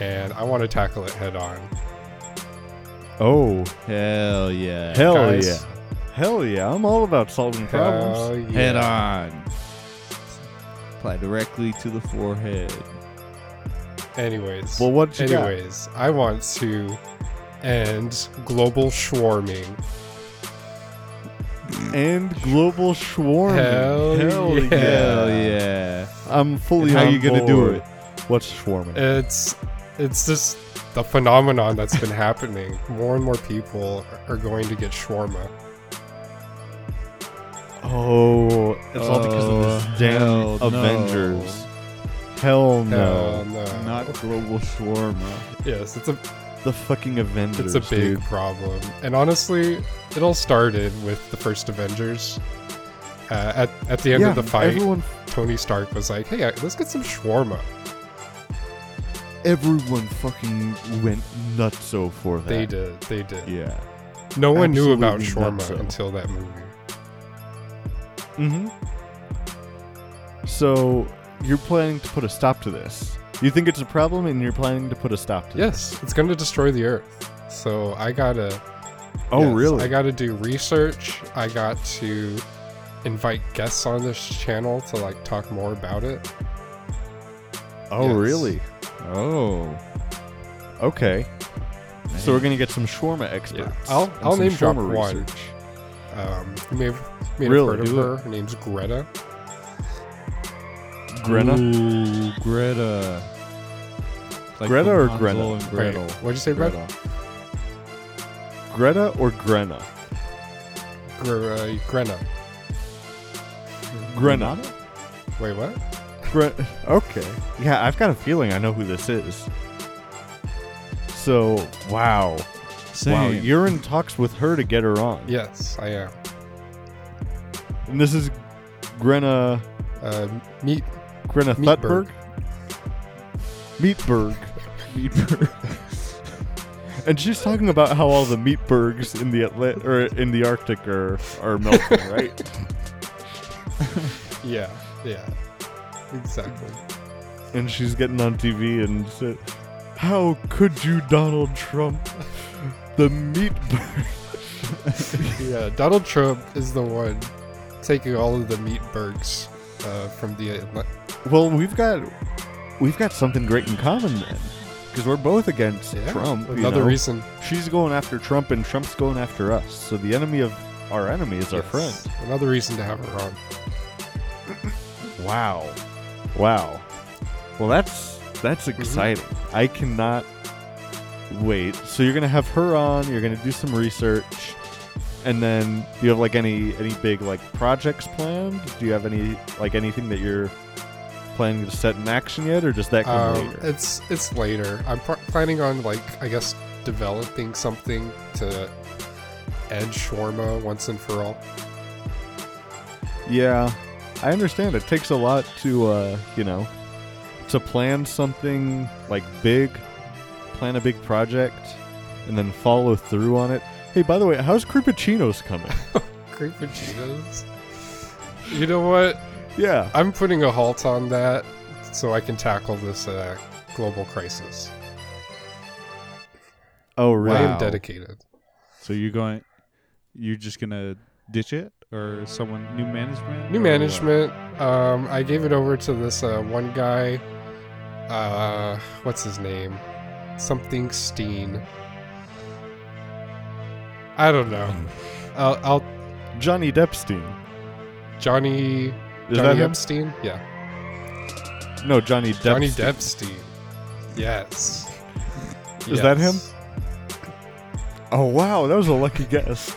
and I want to tackle it head on.
Oh
hell yeah.
hell
Guys.
yeah. Hell yeah. I'm all about solving problems.
Hell yeah.
Head on. Apply directly to the forehead.
Anyways.
well what you got?
Anyways, I want to end global swarming.
And global swarming.
Hell yeah.
Hell yeah.
I'm fully
And how
on
you gonna do
board.
it?
What's swarming?
Uh, It's it's just the phenomenon that's been happening. More and more people are going to get shawarma.
oh, it's all because of
uh,
Oh,
this damn
hell no.
Avengers. Hell
No,
no.
no,
Not global shawarma.
Yes, it's a
The fucking Avengers.
it's a big
dude.
problem. And honestly, it all started with the first Avengers. Uh, at at the end
yeah,
of the fight,
Everyone
Tony Stark was like, "Hey, uh, let's get some shawarma."
everyone fucking went nuts over that.
They did, they did.
Yeah.
no one knew about
absolutely not
shawarma
so.
until that movie.
Mm-hmm. So you're planning to put a stop to this. You think it's a problem, and you're planning to put a stop to
Yes, it's going to destroy the Earth. So I gotta.
this. Oh,
yes,
really?
I gotta do research. I got to invite guests on this channel to like talk more about it.
oh,
yes.
really?
Oh.
Okay. So we're gonna get some shawarma experts.
I'll
and
I'll
some
name drop
shawarma
one.
research.
Um, you may have, may have
Really?
heard of
Do
her. Her name's Greta.
Greta.
Ooh, Greta. Like
Greta
from
or
Hansel
Greta?
and Gretel.
Wait, what'd you say, Greta?
Greta or Grena?
Gre- uh, Greta.
Grena.
Wait, what?
Gre- okay. Yeah, I've got a feeling I know who this is. So wow,
Same.
wow, you're in talks with her to get her on.
Yes, I am.
And this is Grena.
Uh, meet
Greta
Meatberg.
Thunberg. Meatberg. Meatberg. and she's talking about how all the meatbergs in the Atla- or in the Arctic are are melting, right?
yeah, yeah, exactly.
And she's getting on TV and said, "How could you, Donald Trump? The meatberg."
yeah, Donald Trump is the one taking all of the meatbergs uh, from the Atla-
Well, we've got we've got something great in common then, because we're both against
Yeah,
Trump. you
Another
know?
reason,
She's going after Trump, and Trump's going after us. So the enemy of our enemy is our
yes,
friend.
Another reason to have her on.
Wow. Wow. Well, that's that's exciting. I cannot wait. So you're going to have her on, you're going to do some research, and then do you have like any any big like projects planned? Do you have any like anything that you're planning to set in action yet or does that come
Um,
later?
it's it's later. I'm pr- planning on like I guess developing something to end shawarma once and for all.
Yeah. I understand it takes a lot to uh, you know, to plan something like big, plan a big project and then follow through on it. Hey, by the way, how's Creepachinos coming?
Creepachinos. You know what?
yeah.
I'm putting a halt on that so I can tackle this uh, global crisis.
Oh,
I
really?
Wow.
am dedicated.
So you're going. You're just gonna ditch it, or someone new management?
New
or what?
management. Um, I gave it over to this uh, one guy. Uh, what's his name? Something Steen. I don't know. I'll, I'll
Johnny Deppstein.
Johnny
Is that
Johnny
him?
Epstein. Yeah,
No, Johnny Depp.
Johnny Deppstein. Yes.
Is that him? Oh, wow. That was a lucky guess.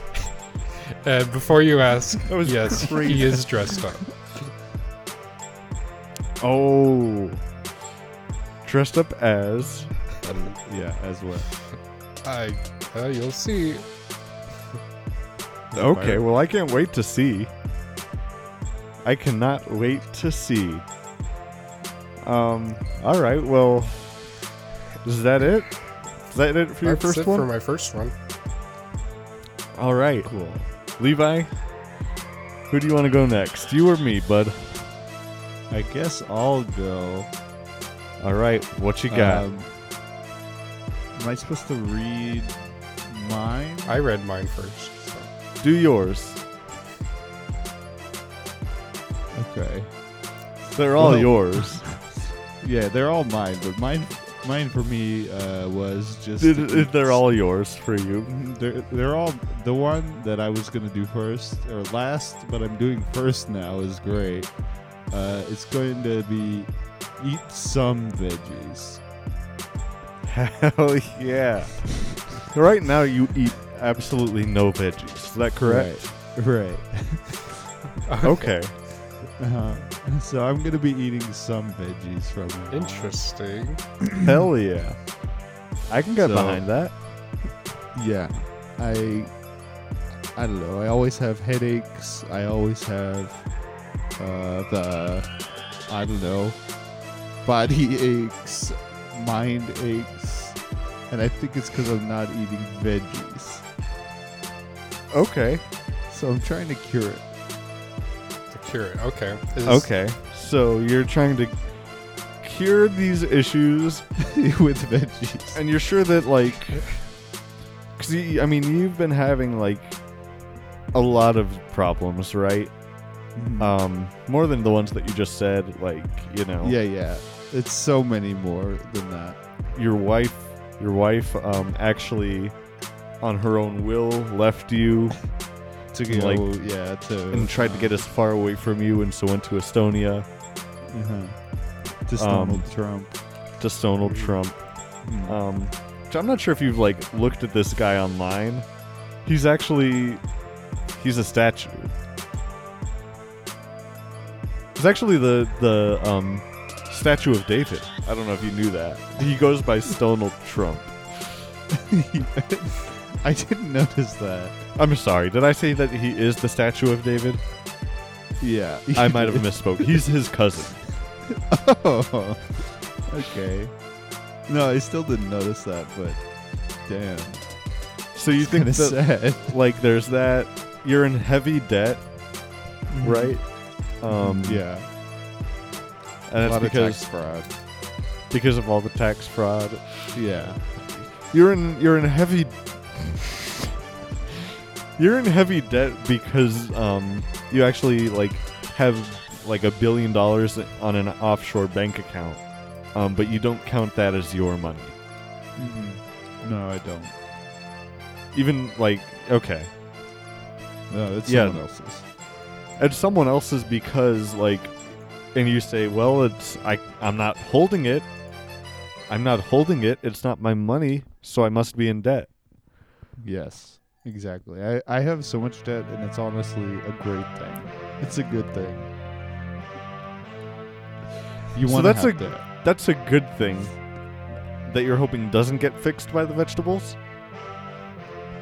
And Uh, before you ask,
That was
yes,
crazy.
he is dressed up.
Oh. Dressed up as. um,
Yeah, as well.
I, uh, you'll see.
Okay, well, I can't wait to see. I cannot wait to see. Um. All right. Well, is that it? Is that it for your
That's
first
it
one?
for my first one.
all right. Cool. Levi, who do you want to go next? You or me, bud?
I guess I'll go.
All right. What you got?
Um, am I supposed to read mine?
I read mine first. So.
do yours.
Okay.
They're all
Well-
yours.
Yeah, they're all mine, but mine, mine for me uh, was just.
Did- They're all yours for you.
They're, they're all the one that I was gonna do first or last, but I'm doing first now is great. Uh, it's going to be eat some veggies.
Hell yeah. Right now, you eat absolutely no veggies. Is that correct?
Right.
Okay.
Uh-huh. So I'm gonna be eating some veggies from it.
Interesting.
Hell yeah. I can get
So-
behind that.
Yeah, I I don't know. I always have headaches. I always have uh, the I don't know body aches, mind aches, and I think it's because I'm not eating veggies.
Okay.
So I'm trying to cure it.
The cure. Okay. Is-
Okay. So you're trying to cure these issues,
with veggies.
and you're sure that, like, because, I mean, you've been having, like, a lot of problems, right? Um, more than the ones that you just said, like, you know.
yeah, yeah. It's so many more than that.
your wife your wife um, actually on her own will left you
To
And,
go,
like-
yeah, to
and tried to get as far away from you and so went to estonia
uh-huh. to
um,
Donald Trump.
to Donald trump
Mhm.
um, which i'm not sure if you've like looked at this guy online he's actually he's a statue he's actually the the um, statue of david i don't know if you knew that he goes by Donald trump
I didn't notice that.
i'm sorry did i say that he is the statue of david
Yeah.
I might have misspoke. He's his cousin.
oh, okay. No, I still didn't notice that, but damn.
So you think
Kinda
that,
sad.
like there's that you're in heavy debt, right? Um,
Yeah. a
and
lot
that's
of
because
tax fraud.
because of all the tax fraud.
Yeah.
You're in you're in heavy you're in heavy debt because um, you actually like have like a billion dollars on an offshore bank account, um, but you don't count that as your money.
Mm-hmm. No, I don't.
Even like okay,
No, it's
Yeah.
someone else's.
and someone else's because like and you say well it's i i'm not holding it i'm not holding it it's not my money so i must be in debt
Yes, exactly. I, I have so much debt, and it's honestly a great thing. It's a good thing. You
So
want to
that's
have
a-
debt.
that's a good thing that you're hoping doesn't get fixed by the vegetables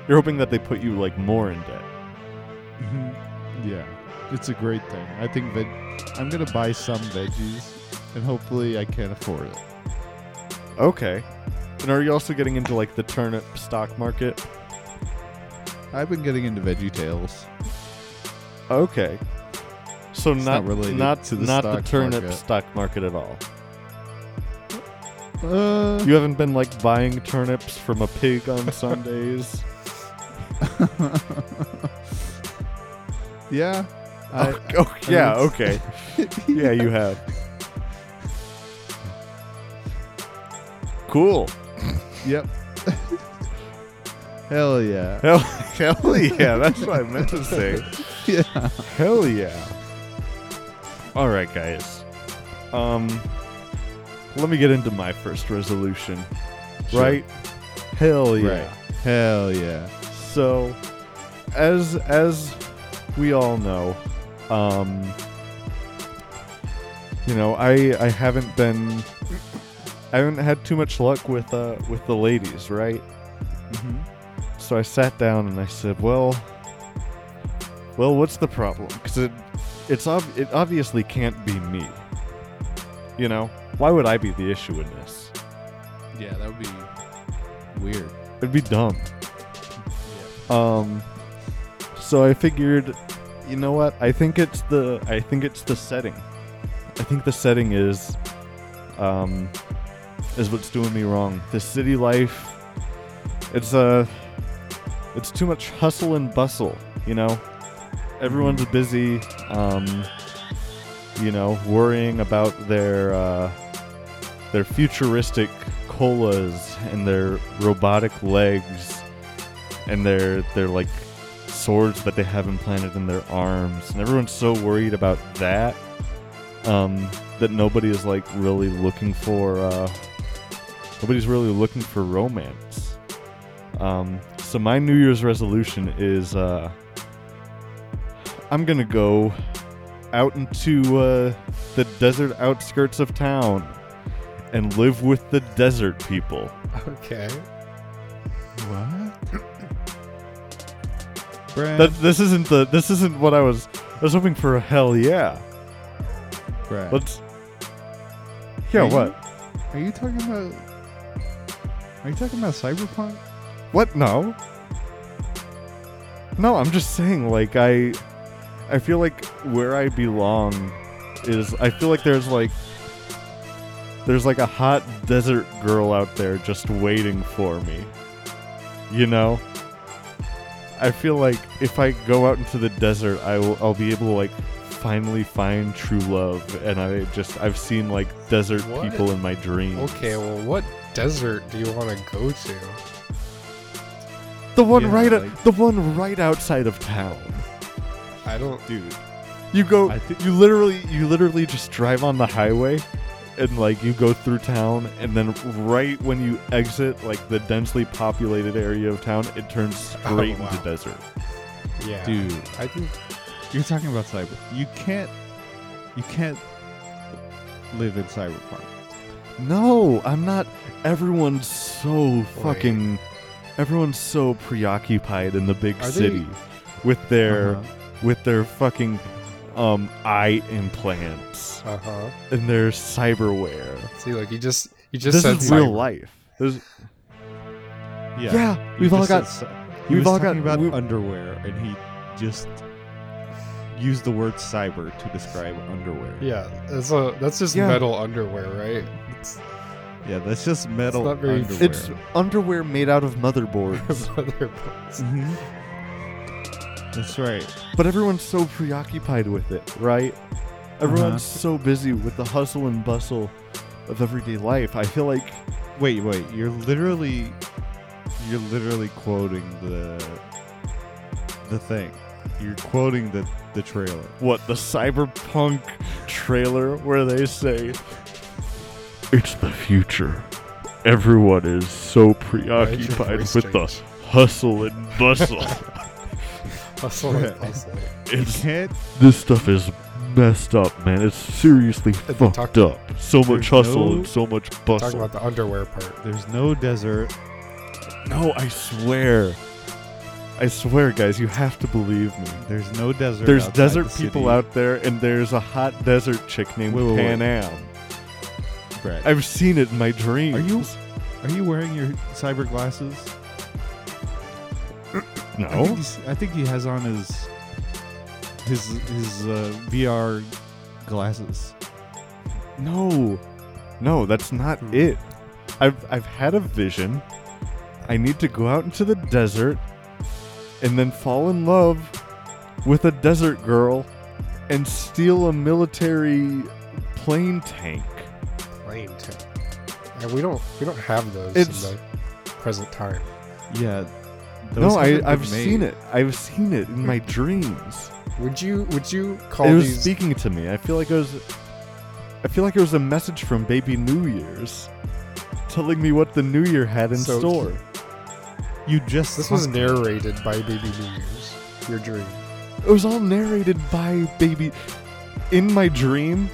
you're hoping that they put you like more in debt
Mhm. Yeah, it's a great thing. I think veg- I'm gonna buy some veggies, and hopefully I can afford it.
okay and are you also getting into like the turnip stock market
I've been getting into Veggie Tales.
okay so
It's
not
not related
not,
to the
not the
stock
turnip
market.
stock market at all
Uh,
You haven't been like buying turnips from a pig on Sundays.
yeah, I,
oh
yeah,
okay. yeah, you have. Cool.
yep. Hell yeah,
Hell, hell yeah, that's what I meant to say.
yeah.
Hell yeah. All right, guys. Um, let me get into my first resolution.
Sure.
Right? Hell yeah.
Right. Hell yeah.
So, as as we all know, um, you know, I I haven't been, I haven't had too much luck with uh with
Mm-hmm.
the ladies, right? So I sat down and I said, well, well, what's the problem? Because it, it's ob- it obviously can't be me. You know, why would I be the issue in this?
Yeah, that would be weird.
It'd be dumb. Um, so I figured, you know what? I think it's the I think it's the setting. I think the setting is, um, is what's doing me wrong. The city life. It's uh, it's too much hustle and bustle. You know, everyone's busy. Um, you know, worrying about their uh, their futuristic colas and their robotic legs and their their like swords that they have implanted in their arms and everyone's so worried about that um, that nobody is like really looking for uh, nobody's really looking for romance um, so my new year's resolution is uh, i'm gonna go out into uh, the desert outskirts of town and live with the desert people
Okay.
What? Brad,
That this isn't the this isn't what I was I was hoping for a hell yeah.
Brad,
Let's Yeah,
Are you-
what?
are you talking about? Are you talking about cyberpunk?
What no? No, I'm just saying like I I feel like where I belong is I feel like there's like there's like a hot desert girl out there just waiting for me. You know? I feel like if I go out into the desert, I will I'll be able to like finally find true love and I just I've seen like desert
What?
people in my dreams.
Okay, well, what desert do you want to go to?
The one
Yeah,
right o-
like-
the one right outside of town.
I don't.
dude. You go.
I thi-
you literally, you literally just drive on the highway, and like you go through town, and then right when you exit like the densely populated area of town, it turns
Oh,
straight
wow.
into desert.
Yeah.
Dude,
I think.
you're talking about cyber. You can't. You can't live in cyberpunk.
No, I'm not. Everyone's so fucking. Everyone's so preoccupied in the big
Are they-
city with their
Uh-huh.
with their fucking um eye implants
Uh huh.
and their cyberware.
See, like you just you just
This
said
is real
cyber-
life. This-
Yeah,
yeah,
you
we've all
just
got
said cy- he
we've
was
all
talking
got-
about
we-
underwear, and he just used the word cyber to describe underwear.
Yeah, that's a that's just
Yeah.
metal underwear, right? It's
Yeah, that's just metal
not very-
underwear.
It's underwear made out of motherboards.
motherboards.
Mhm. That's right.
but everyone's so preoccupied with it, right? Everyone's
Uh-huh.
so busy with the hustle and bustle of everyday life. I feel like
Wait, wait. You're literally, you're literally quoting the, the thing. You're quoting the the trailer.
what the cyberpunk trailer where they say it's the future. Everyone is so
Why
preoccupied
is your
with the
voice
hustle and bustle.
Hustle and bustle.
it's
Can't
this stuff is messed up, man. It's seriously
the
fucked
talk-
up. So much
There's
hustle
no-
and so much
Talking
bustle.
about the underwear part.
There's no desert.
No, I swear. I swear, guys, you have to believe me.
There's no desert.
There's
outside
desert
the
people
city,
out there, and there's a hot desert chick named
Wait, wait, wait.
Pan Am.
Brett.
I've seen it in my dreams.
Are you- Are you wearing your cyber glasses? I think,
No.
he's- I think he has on his his his uh, VR glasses.
No. No, that's not
Hmm.
it. I've, I've had a vision. I need to go out into the desert and then fall in love with a desert girl and steal a military plane tank.
Plain too. And we don't we don't have those
It's-
in the present time.
Yeah.
No, I, I've seen it. I've seen it in my dreams.
Would you would you call
It was
Hmm. these
speaking to me. I feel like it was. I feel like it was a message from Baby New Year's, telling me what the New Year had in
So-
store.
You just
this was
fucked
narrated by Baby New Year's. Your dream.
It was all narrated by Baby. In my dream,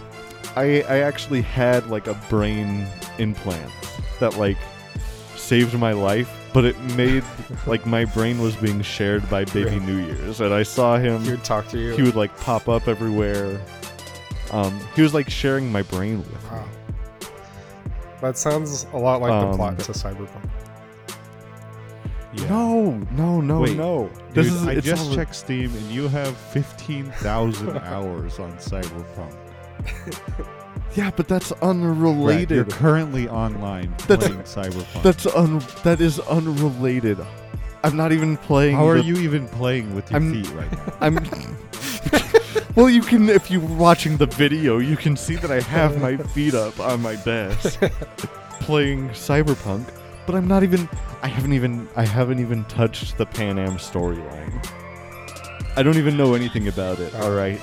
I I actually had like a brain implant that like saved my life, but it made like my brain was being shared by Baby New Year's, and I saw him.
He would talk to you.
He would like pop up everywhere. Um, he was like sharing my brain with me.
Wow. That sounds a lot like the
Um,
plot to Cyberpunk.
Yeah.
No, no, no,
Wait,
no.
Dude,
This is
I
it's
just
all-
checked Steam, and you have fifteen thousand hours on Cyberpunk.
Yeah, but that's
Right, you're
unrelated.
currently online
That's-
playing Cyberpunk.
That's un. That is unrelated. I'm not even playing.
How are
the-
you even playing with your
I'm-
feet right now?
I'm. well, you can if you're watching the video, you can see that I have my feet up on my desk playing Cyberpunk, but I'm not even. I haven't even. I haven't even touched the Pan Am storyline. I don't even know anything about it. All right.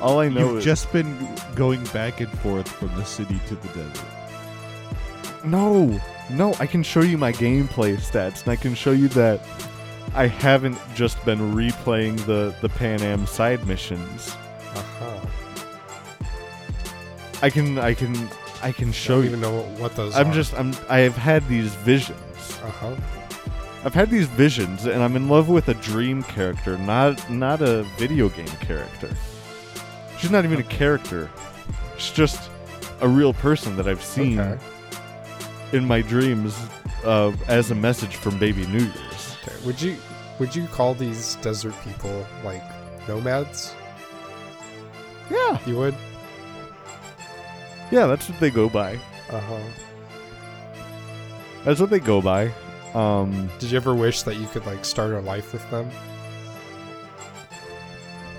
All I know
You've
is
just been going back and forth from the city to the desert.
No, no, I can show you my gameplay stats, and I can show you that I haven't just been replaying the, the Pan Am side missions.
Uh-huh.
I can, I can, I can
I
show
don't
you.
even know what those are.
I'm just, I'm, I have had these visions.
Uh-huh.
I've had these visions, and I'm in love with a dream character, not, not a video game character. She's not even a character. She's just a real person that I've seen
Okay.
in my dreams uh, as a message from Baby New Year's.
okay. Would you would you call these desert people like nomads?
Yeah.
You would?
Yeah, that's what they go by.
Uh-huh.
That's what they go by. Um,
Did you ever wish that you could like start a life with them?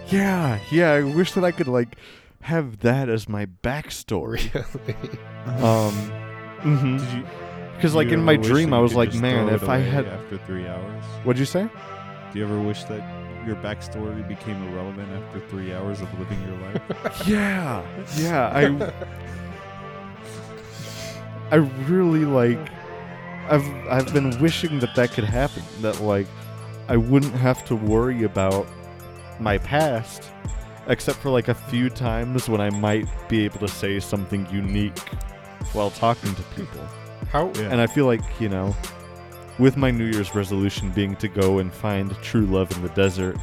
yeah, yeah. I wish that I could like have that as my backstory.
Really?
um,
Did you?
Because like
you
in
ever
my
wish
dream,
that
I
you
was
could
like,
just
man,
throw it
if I
away
had,
after three hours,
what'd you say?
do you ever wish that your backstory became irrelevant after three hours of living your life?
yeah, yeah. I, I really like. I've I've been wishing that that could happen. That like, I wouldn't have to worry about my past, except for like a few times when I might be able to say something unique while talking to people.
How
Yeah.
And I feel like you know, with my New Year's resolution being to go and find true love in the desert,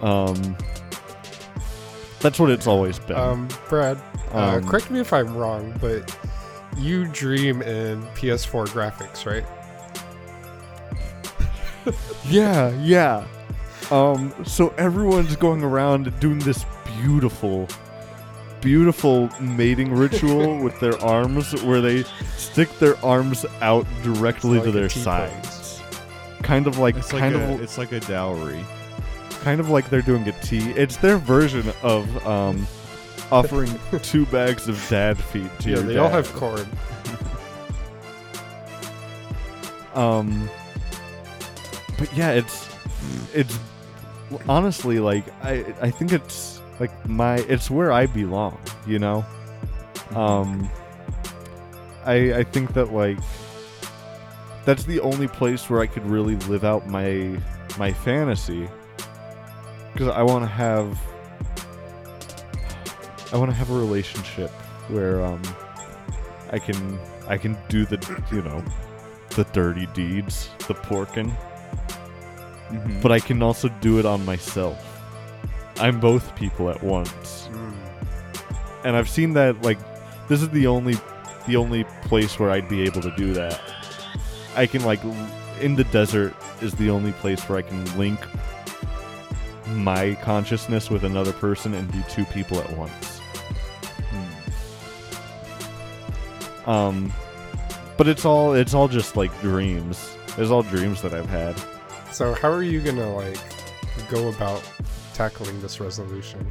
um, that's what it's always been.
um Brad, uh,
Um,
correct me if I'm wrong, but you dream in PS4 graphics, right?
Yeah, yeah. Um, so everyone's going around doing this beautiful, beautiful mating ritual with their arms, where they stick their arms out directly
It's
to
like a
their
T-pose.
sides, kind of like,
It's like
kind
a,
of,
it's like a dowry.
kind of like they're doing a T. It's their version of um, offering two bags of dad feet to
yeah,
your
they
dad.
all have corn.
um but yeah it's it's honestly like i i think it's like my it's where i belong you know um i i think that like that's the only place where i could really live out my my fantasy because i want to have i want to have a relationship where um i can i can do the you know the dirty deeds, the porking, but I can also do it on myself. I'm both people at once.
Mm.
And I've seen that like this is the only the only place where I'd be able to do that. I can like l- in the desert is the only place where I can link my consciousness with another person and be two people at once. Um but it's all it's all just like dreams. It's all dreams that I've had.
So how are you gonna like go about tackling this resolution?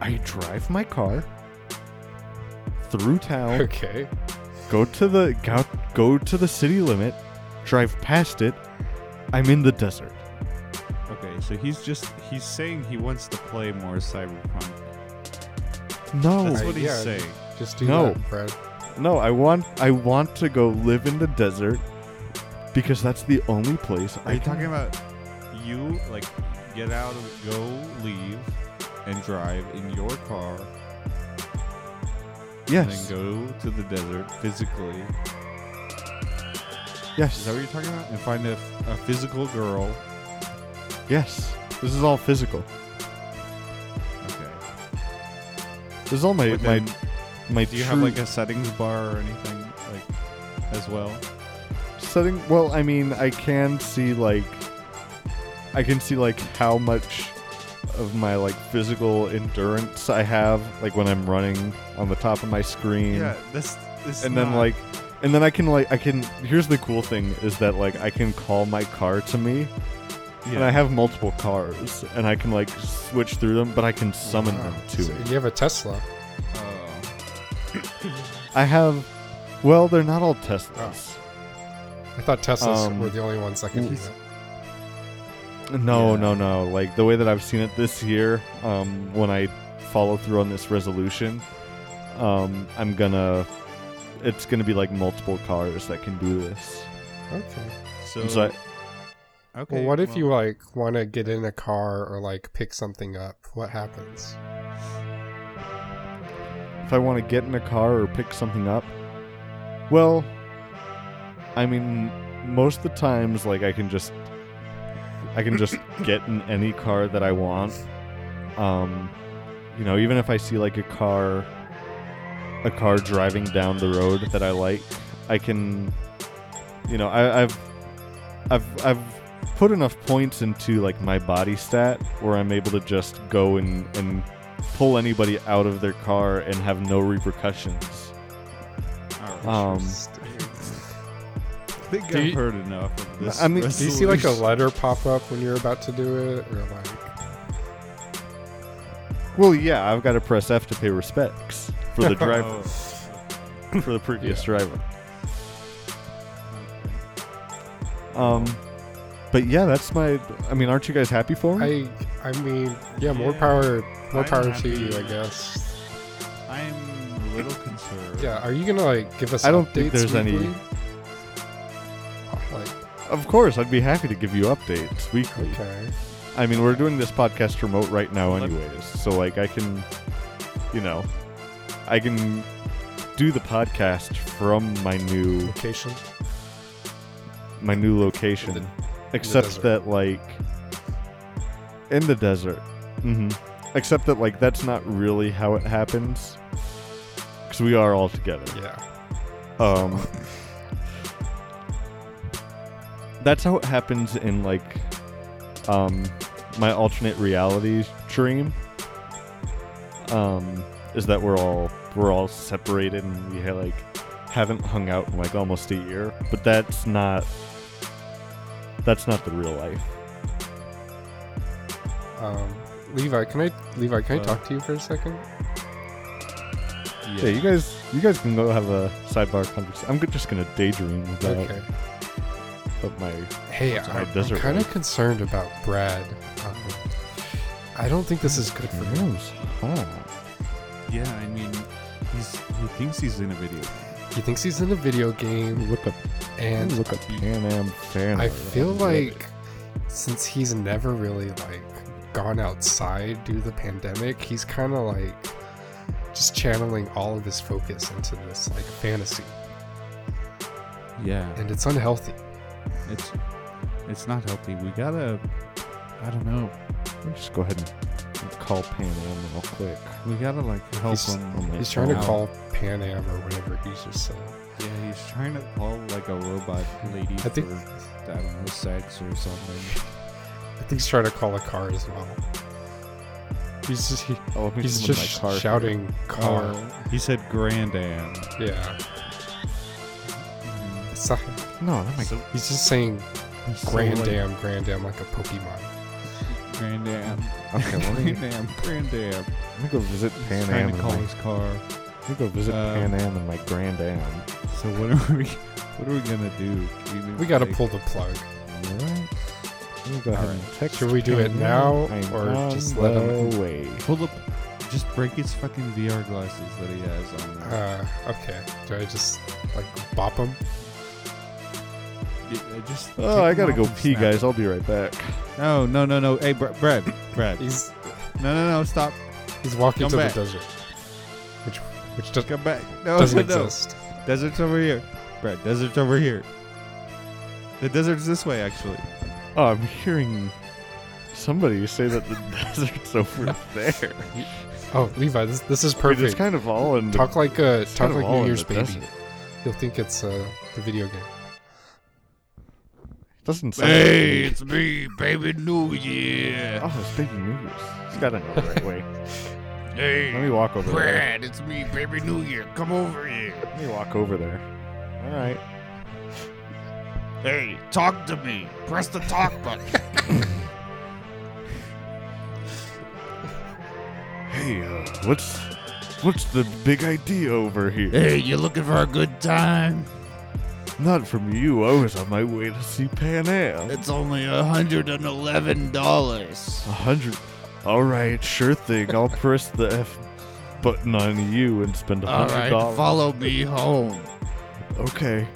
I drive my car through town,
Okay.
go to the go, go to the city limit, drive past it. I'm in the desert.
Okay, so he's just he's saying he wants to play more Cyberpunk.
No, Oh,
That's what he's
yeah.
saying.
Just do
No.
that, Brad.
no, I want I want to go live in the desert because that's the only place
Are
I
you
can-
talking about you like get out of go leave and drive in your car
Yes.
And then go to the desert physically. Is
Yes.
that what you're talking about? And find a, a physical girl.
Yes. This is all physical.
Okay.
This is all my
But
my
then,
my.
do you have like a settings bar or anything like as well?
setting? Well, I mean, I can see like, I can see like how much of my like physical endurance I have, like when I'm running on the top of my screen.
This. this
and then like and then i can like i can here's the cool thing is that like i can call my car to me and i have multiple cars and i can like switch through them but i can summon
Wow.
them to
So
it
You have a Tesla.
Oh,
i have well they're not all teslas
I thought Teslas
Um,
were the only ones that could do
he's-
that.
no
Yeah.
no no like the way that i've seen it this year um when i follow through on this resolution um i'm gonna it's gonna be like multiple cars that can do this
Okay.
so,
so I-
okay.
Well, what if you like want to get in a car or like pick something up? What happens?
if I want to get in a car or pick something up? Well, I mean, most of the times, like I can just, I can just get in any car that I want. Um, you know, even if I see like a car, a car driving down the road that I like, I can, you know, I, I've, I've, I've put enough points into like my body stat where I'm able to just go and and pull anybody out of their car and have no repercussions.
oh.
Um,
I think
do
I've
you-
heard enough of this.
I mean,
Do you see like a letter pop up when you're about to do it, or like
Well, yeah, I've got to press F to pay respects for the driver,
resolution? Oh.
for the previous driver. Um, but yeah, that's my. I mean, aren't you guys happy for me?
I? I mean, yeah, more
Yeah.
power, more
I'm
power to
happy.
you, I guess.
I'm a little concerned.
Yeah. Are you gonna like give us?
I don't think
updates
there's any- Oh,
weekly? Like
of course, I'd be happy to give you updates weekly.
okay,
I mean, we're doing this podcast remote right now,
Let-
anyways. So, like, I can, you know, I can do the podcast from my new
location.
my new location.
In the-
except
desert.
that, like, in the desert. hmm Except that, like, that's not really how it happens. Because we are all together.
Yeah.
Um, that's how it happens in, like, um, my alternate reality dream. Um, is that we're all we're all separated and we ha- like haven't hung out in like almost a year. But that's not that's not the real life.
Um, Levi, can I? Levi, can I
Uh,
talk to you for a second?
Yeah.
Yeah, you guys, you guys can go have a sidebar conversation. I'm go- just gonna daydream about,
Okay.
about my.
Hey,
That's how
I,
it
I'm
does it,
kind of
right?
concerned about Brad. Um, I don't think this is good for him.
Gross, huh?
Yeah, I mean, he's he thinks he's in a video.
He thinks he's in a video game,
Look up,
and
look up Pan Am fan.
I
art.
feel
love it.
like since he's never really like gone outside due to the pandemic, he's kind of like just channeling all of his focus into this like fantasy,
Yeah,
and it's unhealthy.
it's it's not healthy. We gotta, I don't know,
Let me just go ahead and call Pan Am real quick.
we gotta like help
He's-
him.
on my
He's trying to
Wow.
phone.
call Pan Am or whatever he's just saying.
Yeah, he's trying to call like a robot lady
I think-
for I don't know sex or something.
I think he's trying to call a car as well. He's just he,
Oh, let me
he's
summon
just
my car.
shouting car.
Oh, he said grandam.
Yeah, it's not,
No, that makes
So-
he's just saying
so, like,
Grandam, Grandam like a Pokemon.
grandam,
okay. Let me,
grandam, grandam.
let me go visit
He's
Pan
trying
Am.
to
and
call
my-
his car.
Let me go visit
Uh,
Um,
Pan Am and my Grand Am.
So what are we? What are we gonna do? Even
We gotta
like-
pull the plug.
Alright. Let me go ahead and text
Should we do it
Pan Am.
now,
I'm
or
on
just let 'em-
the way?
Pull up. Just break his fucking VR glasses that he has on. there.
Uh, okay. Do I just like bop him?
Y- uh, just
Oh, I
take them
gotta
off
go
and
pee,
snap
guys.
it.
I'll be right back.
No, no, no, no. Hey, Br- Brad, Brad.
He's
No, no, no. Stop.
he's walking
Come
to
back.
the desert. Which which does,
Come back. No,
doesn't
no,
exist.
no. Desert's over here. Brad, desert's over here. The desert's this way, actually.
Oh, I'm hearing somebody say that the desert's over there.
Oh, Levi, this, this is
We're just
perfect.
kind of all in.
Talk like a
it's
talk
kind of
like
all
New
in
Year's
the
baby.
desert.
You'll think it's uh, the video game.
doesn't sound.
Hey, it's me, baby New Year.
Oh, it's big news. It's got to know the right way. Let
Hey,
me walk over there.
Brad, it's me, baby New Year. Come over here.
Let me walk over there. All right.
Hey, talk to me. Press the talk button.
Hey, uh, what's what's the big idea over here?
hey, you looking for a good time?
Not from you. I was on my way to see Pan Am.
It's only a hundred and eleven dollars.
A hundred. All right, sure thing. I'll press the F button on you and spend a
All
hundred
right,
dollars.
follow me home.
okay.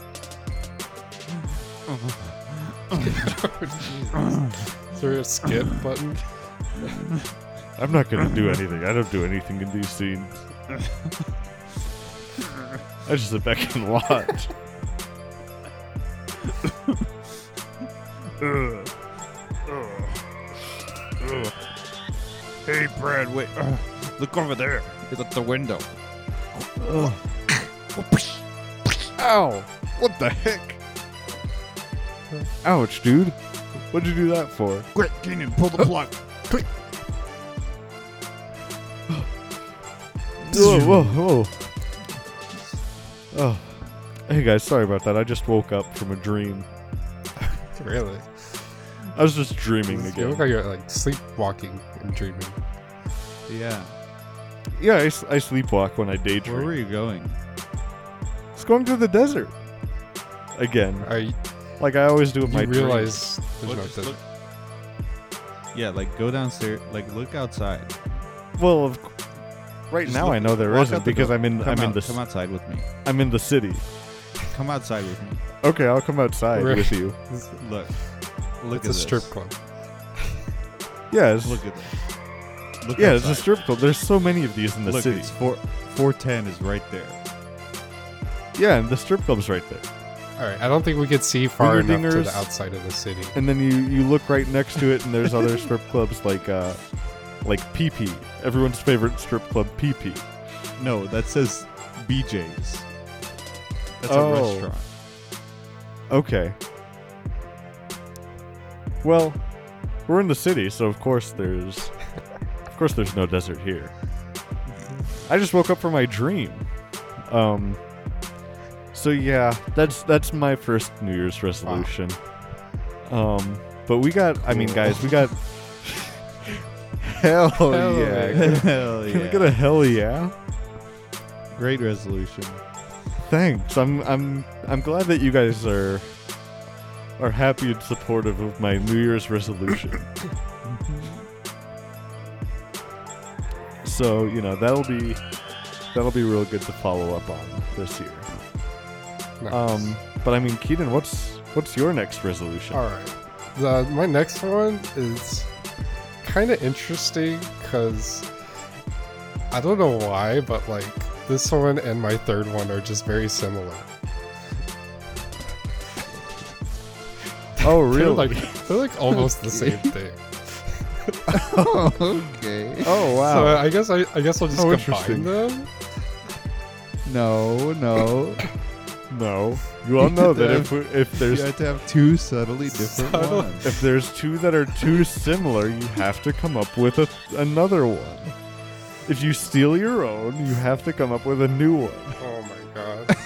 Is there a skip button?
I'm not gonna do anything. I don't do anything in these scenes. I just sit back and watch.
Hey, Brad, wait. Ugh, look over there. It's at the window. Ugh.
Ow! What the heck? Ouch, dude. What'd you do that for?
Quick, Keenan, pull the plug.
Whoa, whoa, whoa. Oh. Hey guys, sorry about that. I just woke up from a dream.
Really?
I was just dreaming
You look
again.
like you're like sleepwalking and dreaming.
Yeah.
Yeah, I, s- I sleepwalk when I daydream.
Where were you going?
It's going to the desert. Again.
I
Like I always do with my
you realize there's no desert.
Yeah, like go downstairs. Like look outside.
dreams. Well, of, c- right
Just
now
look-
I know there
walk
isn't
out the
because
door.
I'm in
Come
I'm in
out-
the
come
c-
outside with me.
I'm in the city.
Come outside with me.
Okay, I'll come outside
Right.
with you.
Look. Look
It's
at
a strip
this.
club.
Yeah, it's,
Look at this. Look
yeah, it's a
outside.
strip club. There's so many of these in the
Look,
city.
it's four. Four ten is right there.
Yeah, and the strip club's right there.
All right, I don't think we could see far enough to
Dingers.
the outside of the city.
and then you you look right next to it and there's other strip clubs like uh like PP, everyone's favorite strip club PP.
No, that says BJ's. That's
Oh.
a restaurant.
Okay. Well, we're in the city, so of course there's of course there's no desert here. I just woke up from my dream. Um so yeah, that's that's my first New Year's resolution. Um but we got I mean
Cool.
guys, we got Hell, yeah.
Hell
Can we
yeah.
get a hell yeah?
Great resolution.
Thanks. I'm I'm I'm glad that you guys are are happy and supportive of my New Year's resolution. so, you know, that'll be that'll be real good to follow up on this year.
Nice.
Um but I mean Keaton, what's what's your next resolution?
All right. The, my next one is kind of interesting because I don't know why, but like this one and my third one are just very similar.
Oh
They're
really?
like they're like almost the same thing.
okay.
oh
So uh,
wow.
I guess I, I guess I'll just
How interesting.
combine them.
No, no.
no. You all know that if we- if
you
there's
have to have two subtly different
Subtle-
ones.
if there's two that are too similar, you have to come up with a, another one. If you steal your own, you have to come up with a new one.
Oh my god.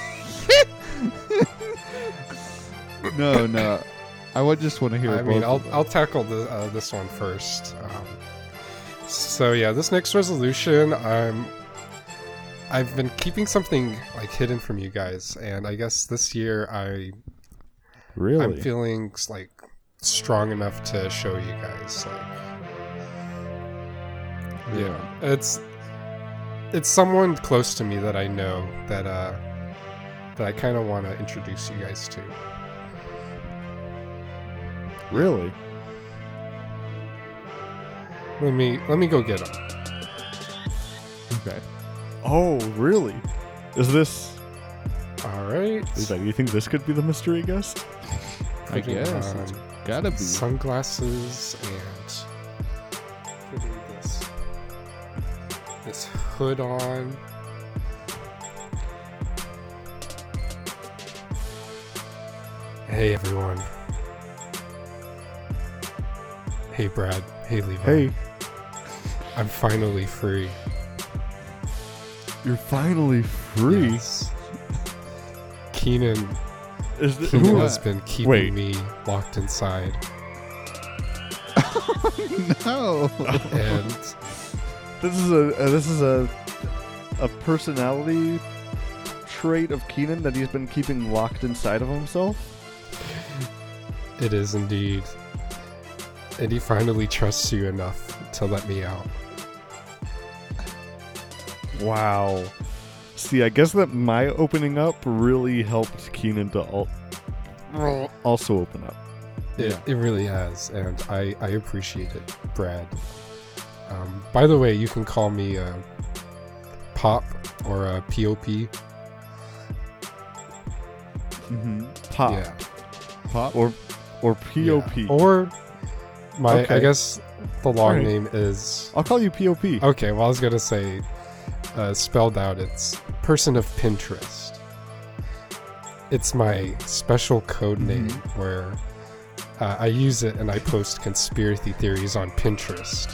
No, no. I would just want to hear.
I mean, I'll,
both of
I'll tackle the, uh, this one first. Um, so yeah, this next resolution, I'm I've been keeping something like hidden from you guys, and I guess this year I I'm feeling like strong enough to show you guys. Like,
them. yeah.
it's it's someone close to me that I know that uh that I kind of want to introduce you guys to.
really?
Let me let me go get them.
Okay.
Oh, really? Is this?
All right.
Is that, you think this could be the mystery guest?
I guess
Um,
it's gotta be.
sunglasses and putting this this hood on. Hey everyone. Hey Brad. Hey Levi.
Uh,
I'm finally free.
you're finally free.
Yes. Keenan
Is this,
Keenan
who,
has been keeping
Wait.
me locked inside.
No.
And
this is a uh, this is a a personality trait of Keenan that he's been keeping locked inside of himself.
It is indeed. And he finally trusts you enough to let me out.
Wow. See, I guess that my opening up really helped Keenan to al- also open up.
It, it really has, and I, I appreciate it, Brad. Um, by the way, you can call me uh, Pop or uh, POP.
mm-hmm.
Pop
Yeah.
Pop.
or or POP.
Yeah. Or my, I
Okay.
guess the long
Alright.
name is.
I'll call you POP.
Okay, well, I was going to say, uh, spelled out, it's Person of Pinterest. It's my special code name where uh, I use it and I post conspiracy theories on Pinterest.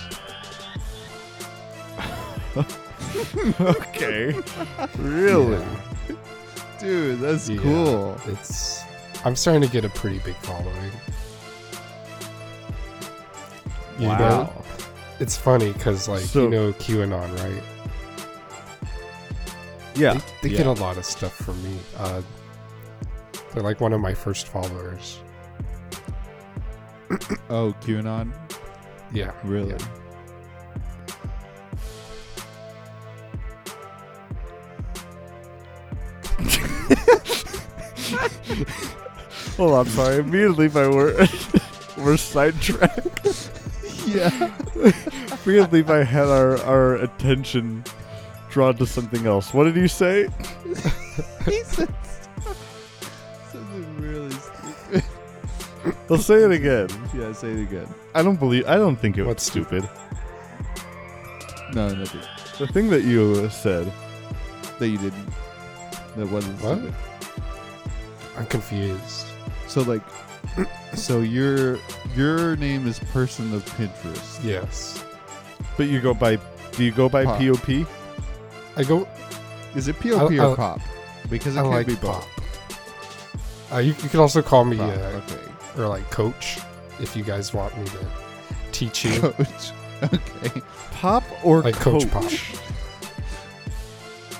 okay. really?
Yeah,
Dude, that's
Yeah.
cool.
it's. I'm starting to get a pretty big following. You know,
Wow.
it's funny because, like,
So-
you know QAnon, right?
Yeah.
They, they get a lot of stuff from me. Uh, they're like one of my first followers.
Oh, QAnon.
Yeah.
Really?
Well, I'm sorry. Immediately, my word. We're sidetracked.
Yeah.
Immediately, I had our, our attention drawn to something else. What did you say?
he said something really stupid.
I'll say it again.
Yeah, say it again.
I don't believe. I don't think it was
What's
stupid.
No, nothing.
The thing that you said.
That you didn't. That wasn't
What?
stupid.
I'm confused.
So like, so your your name is person of Pinterest.
Yes.
But you go by. Do you go by
Pop.
POP?
I go.
Is it POP
I-
or
I-
pop? Because it
I
could
like
be both.
pop. Uh, you, you can also call me
Pop,
uh,
Okay.
or like coach if you guys want me to teach you,
Coach. Okay.
Pop or
like coach, pop.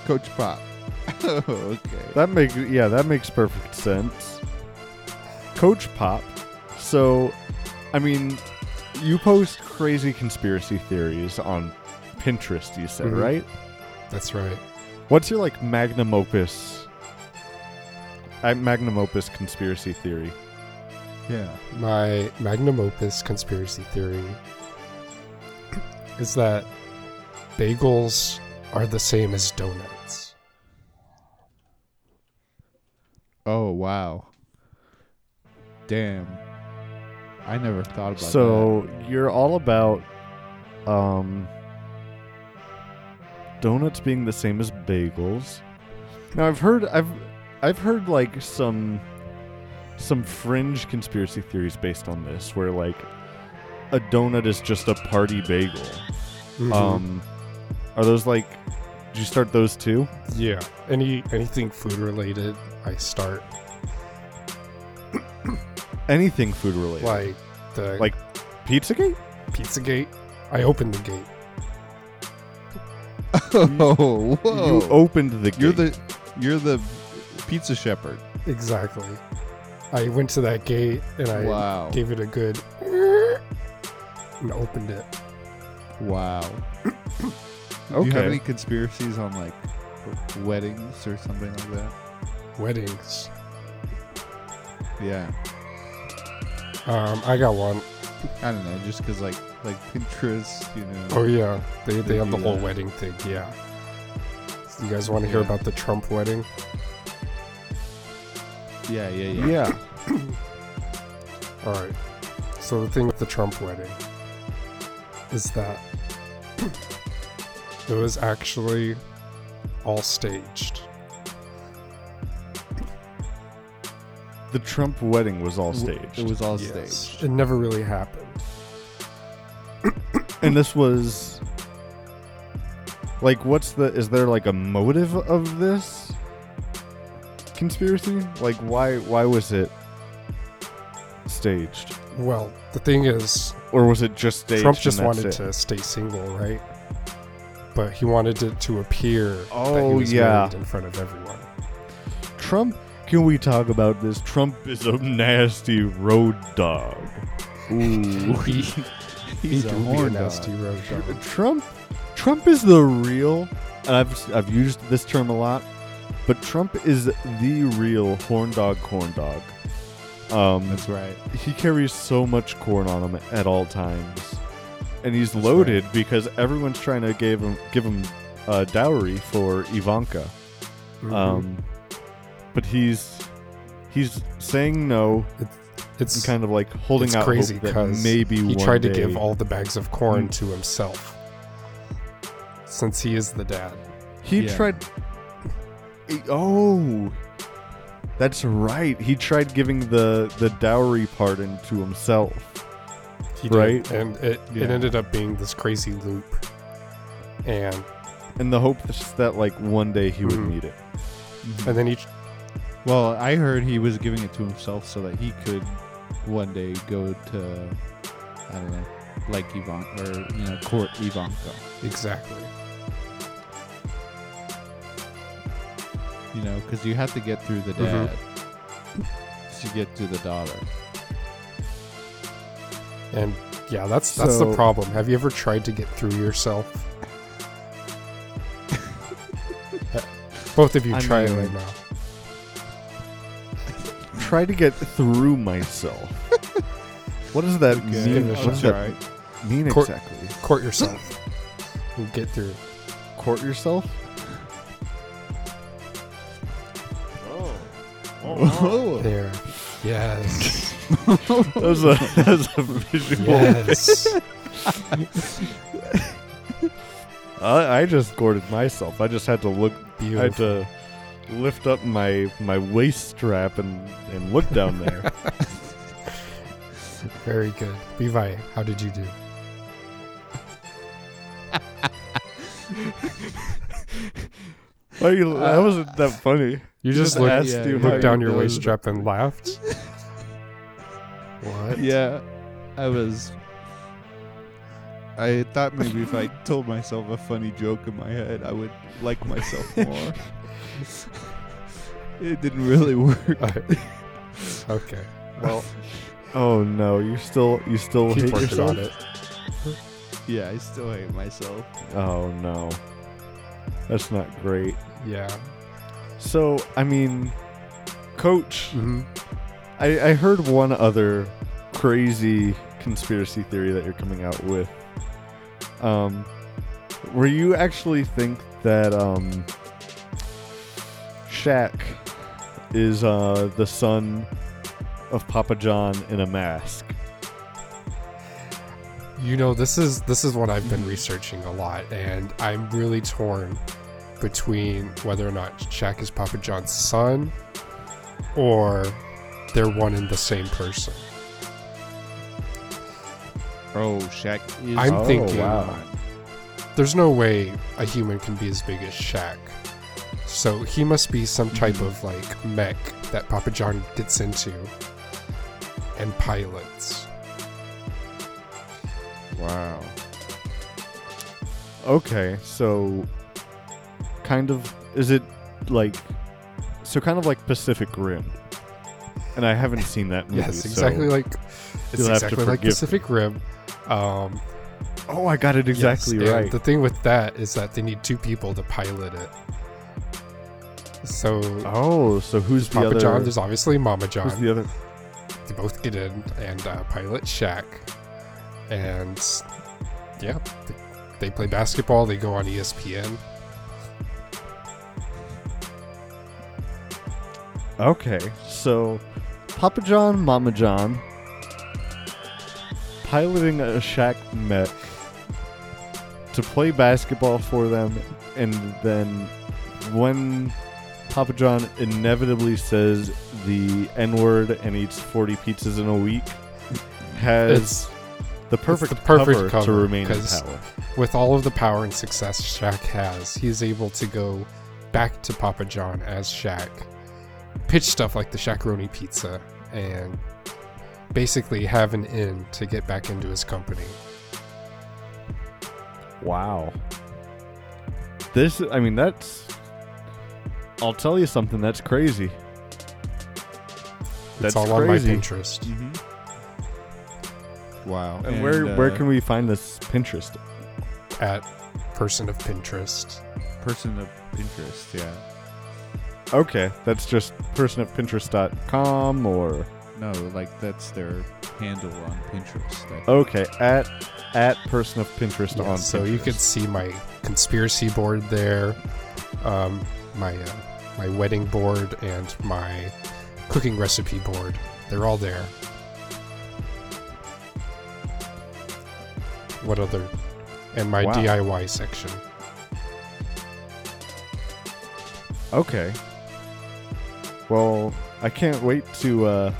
Coach Pop. Oh, okay.
That makes yeah, that makes perfect sense. Coach Pop. So, I mean, you post crazy conspiracy theories on Pinterest. You said
Mhm.
right?
That's right.
What's your like magnum opus? I magnum opus conspiracy theory.
Yeah.
My magnum opus conspiracy theory is that bagels are the same as donuts.
Oh wow. Damn. I never thought about that.
So you're all about um, donuts being the same as bagels. Now I've heard I've I've heard like some some fringe conspiracy theories based on this, where like a donut is just a party bagel.
Mm-hmm.
Um, are those like? Did you start those too?
yeah. Any anything food related, I start
Anything food related,
like the
Like- PizzaGate?
Pizzagate. I open the gate.
Oh, whoa.
You opened the gate.
You're the you're the pizza shepherd.
Exactly. I went to that gate and I
wow.
gave it a good and opened it.
Wow. Do you have
Okay.
any conspiracies on like weddings or something like that?
Weddings.
Yeah.
Um, I got one.
I don't know, just because like like Pinterest, you know.
Oh yeah, they they
They
have the
do
whole
that.
wedding thing. Yeah. You guys want to hear
Yeah.
about the Trump wedding?
Yeah, yeah, yeah.
Yeah.
All right. So the thing with the Trump wedding is that it was actually all staged.
The Trump wedding was all
W-
staged.
It was all
Yes.
staged.
It never really happened.
and this was like what's the is there like a motive of this conspiracy? Like why why was it staged?
Well, the thing is,
Or was it just staged?
Trump just
and that's
wanted
it?
to stay single, right? But he wanted it to appear that he
Oh,
was
yeah.
married in front of everyone.
Trump, can we talk about this? Trump is a nasty road dog. Ooh.
He's a
horn dog.
nasty road dog.
Trump Trump is the real and I've I've used this term a lot, but Trump is the real horn dog corn dog. Um
That's right.
he carries so much corn on him at all times. And he's
That's
loaded because everyone's trying to give him give him a dowry for Ivanka.
Mhm.
Um but he's he's saying no and
it's
kind of like holding
it's
out
crazy
hope that
'cause
maybe
he
one
tried to
day- Mm.
give all the bags of corn to himself since he is the dad
He
Yeah.
tried. Oh, that's right. He tried giving the the dowry pardon to himself.
he
Right.
and it,
Yeah.
it ended up being this crazy loop and
in the hope that- that like one day he would
Mhm.
need it.
and then he
Well, I heard he was giving it to himself so that he could one day go to, I don't know, like Ivanka or you know, court Ivanka.
exactly
You know, because you have to get through the
Mhm.
dad to get to the daughter.
and yeah that's that's the
So-
problem have you ever tried to get through yourself both of you
I
try it
mean-
right now
Try to get through myself. what does that mean?
Give it a
What does
shot.
that mean
Cor-
exactly?
court yourself and get through
Court yourself? Oh.
Oh.
there yes
That was a that was a visual.
yes
I, I just courted myself. I just had to look I had
beautiful
to lift up my my waist strap and and look down there.
very good levi how did you do
Why are you, that wasn't that funny.
You
just
just looked,
asked
yeah,
you
you
how
looked down
you
your
doing.
waist strap and laughed. what?
Yeah, I was.
I thought maybe if I told myself a funny joke in my head, I would like myself more. it didn't really work.
Alright. okay. Well,
Oh no, you still you still
keep
hate
working
yourself.
on it.
Yeah, I still hate myself.
Oh no, that's not great.
Yeah.
So I mean, Coach,
hmm
I, I heard one other crazy conspiracy theory that you're coming out with. Um, where you actually think that um, Shaq is uh, the son of Papa John in a mask.
You know, this is this is what I've been researching a lot, and I'm really torn between whether or not Shaq is Papa John's son, or they're one and the same person.
Oh, Shaq is.
I'm
Oh,
thinking
wow.
there's no way a human can be as big as Shaq. So he must be
Mhm.
some type of like mech that Papa John gets into and pilots.
wow.
Okay, so kind of is it like so kind of like Pacific Rim. And I haven't seen that movie.
yes,
Mhm. so-
exactly like it's
you'll have to
exactly like
forgive me.
Pacific Rim. Um,
Oh, I got it exactly
yes, and
right.
The thing with that is that they need two people to pilot it. So
Oh, so who's the
Papa
other?
John, there's obviously Mama
who's
John.
the other?
they both get in and uh, pilot Shaq. And E yeah, they, they play basketball. They go on ESPN.
Okay, so Papa John, Mama John, piloting a Shack mech to play basketball for them, and then when Papa John inevitably says the N word and eats 40 pizzas in a week, has
It's
the perfect,
the perfect
cover,
cover,
to remain in
'cause-
power.
with all of the power and success Shaq has, he's able to go back to Papa John as Shaq, pitch stuff like the Shaqroni pizza, and basically have an in to get back into his company.
Wow. This, I mean, that's. I'll tell you something. That's crazy.
it's
That's
all on my
crazy.
Pinterest.
Wow.
And, where
And,
where
uh,
can we find this Pinterest?
at person of Pinterest.
person of Pinterest. Yeah.
Okay, that's just person at pinterest.com or
No, like that's their handle on Pinterest. I-
okay at at person of Pinterest
Yeah,
on
so you
Pinterest.
could see my conspiracy board there, um, my uh, my wedding board, and my cooking recipe board. They're all there. What other? And my
Wow.
DIY section.
Okay. Well, I can't wait to. Uh,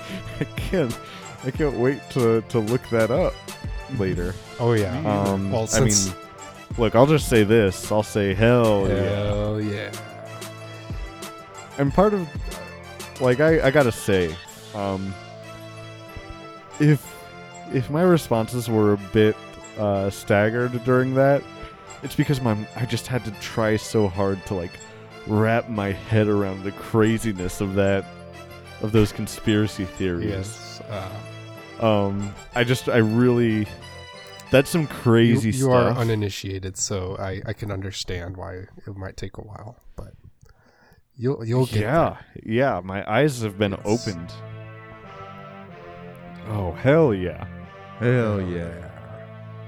I can't. I can't wait to to look that up later.
Oh yeah.
Um,
Well,
I mean,
since-
look, I'll just say this. I'll say hell yeah.
Hell Oh, yeah.
And part of, like, I, I gotta say, um, if if my responses were a bit uh, staggered during that, it's because my I just had to try so hard to like wrap my head around the craziness of that of those conspiracy theories.
Yes. Uh,
Um, I just I really that's some
you
crazy
you are
stuff.
uninitiated, so I, I can understand why it might take a while, but you'll you'll get there.
yeah, yeah. My eyes have been opened. Oh hell yeah,
Hell yeah.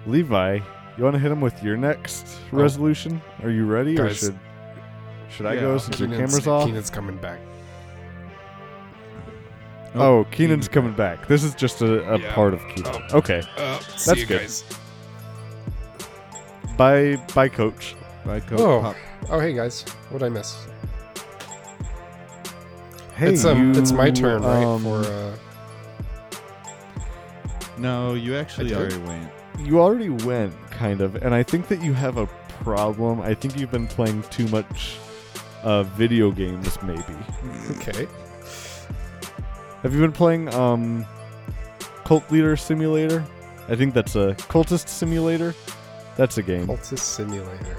Levi! You want to hit him with your next
Oh.
resolution? Are you ready,
Guys.
or should should I go
Yeah,
since your
Keenan's-
camera's off?
Keenan's coming back.
oh, Keenan's coming back. This is just a, a
Yeah.
part of Keenan.
Oh.
Okay,
Uh,
That's you good. bye, bye, coach.
I go
Oh.
pop-
Oh, hey guys, what I miss?
Hey,
it's um, it's my
you,
turn, right?
um,
for uh,
No, you actually
I did.
already went.
you already went kind of and i think that you have a problem i think you've been playing too much uh, video games maybe
okay,
have you been playing um, cult leader simulator i think that's a cultist simulator that's a game
Cultist Simulator.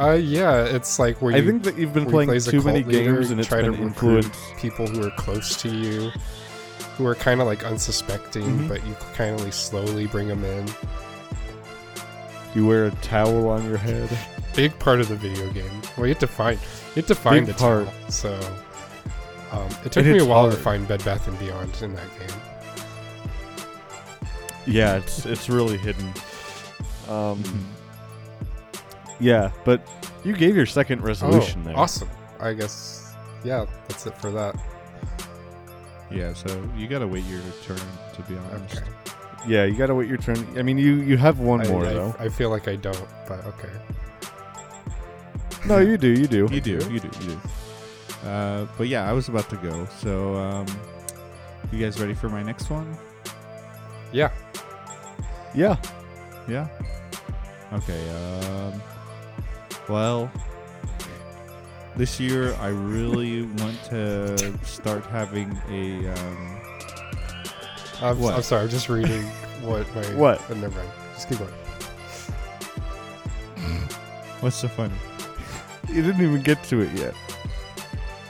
Uh, yeah, it's like where
i
you
think that you've been
where you
playing
play as a
too many
cult leader,
games and it's
try to
been
recruit
influenced
people who are close to you, who are kind of like unsuspecting,
Mhm.
but you kind of like slowly bring them in.
you wear a towel on your head
big part of the video game. Well, you have to find you have to find
Big
the
part.
towel. So um, it took
And
me
it's
a while to
hard.
find Bed Bath and Beyond in that game.
yeah it's it's really hidden um,
Hmm.
yeah but you gave your second resolution
oh,
there
awesome! I guess yeah, that's it for that.
Yeah, so you gotta wait your turn to be honest.
Okay,
Yeah, you gotta wait your turn. I mean, you you have one
I,
more
I,
though.
I feel like I don't, but okay.
no, you do, you do.
You do, you do, you do. Uh, but yeah, I was about to go. So, um, you guys ready for my next one?
Yeah,
Yeah.
Yeah. Okay. Um, well, this year I really want to start having a. Um,
I'm,
What?
I'm sorry. I'm just reading what my
What?
Oh, never mind. Just keep going.
what's so funny?
You didn't even get to it yet.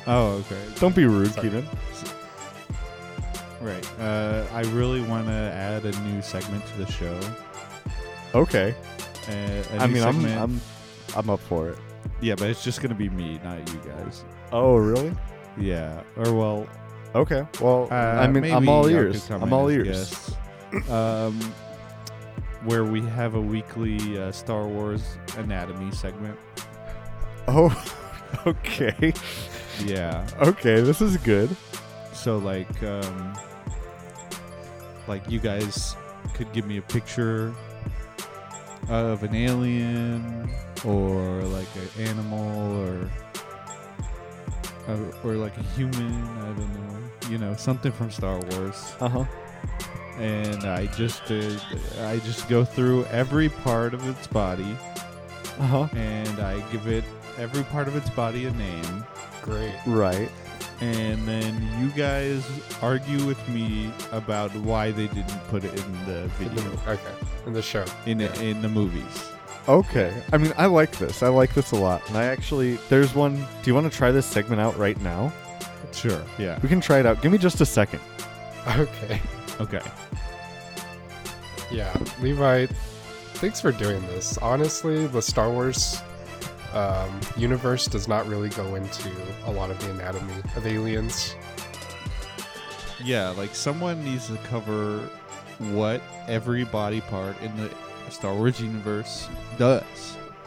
Oh, okay.
Don't be rude,
Sorry.
Keenan.
Right. Uh, I really want to add a new segment to the show.
Okay.
Uh, a
I
new
mean, I'm
segment-
I'm I'm up for it.
Yeah, but it's just gonna be me, not you guys.
Oh, really?
Yeah. Or well,
Okay. Well,
Uh,
I mean,
maybe
I'm all
I could
ears.
come
I'm
in
all
as a
ears.
guest. Um, where we have a weekly uh, Star Wars anatomy segment.
Oh. Okay.
Yeah.
Okay, this is good.
So like um like you guys could give me a picture of an alien or like an animal or uh, or- or like a human, I don't know, you know, something from Star Wars.
Uh huh.
And I just did, I just go through every part of its body
Uh huh.
and I give it every part of its body a name.
Great.
Right.
and then you guys argue with me about why they didn't put it in the
In the,
video
okay. In the show.
in the, in the movies.
Okay. I mean, I like this. I like this a lot. And I actually, there's one. Do you want to try this segment out right now?
Sure. Yeah.
We can try it out. Give me just a second.
Okay.
Okay.
Yeah, Levi, thanks for doing this. Honestly, the Star Wars um, universe does not really go into a lot of the anatomy of aliens.
Yeah, like someone needs to cover what every body part in the Star Wars universe does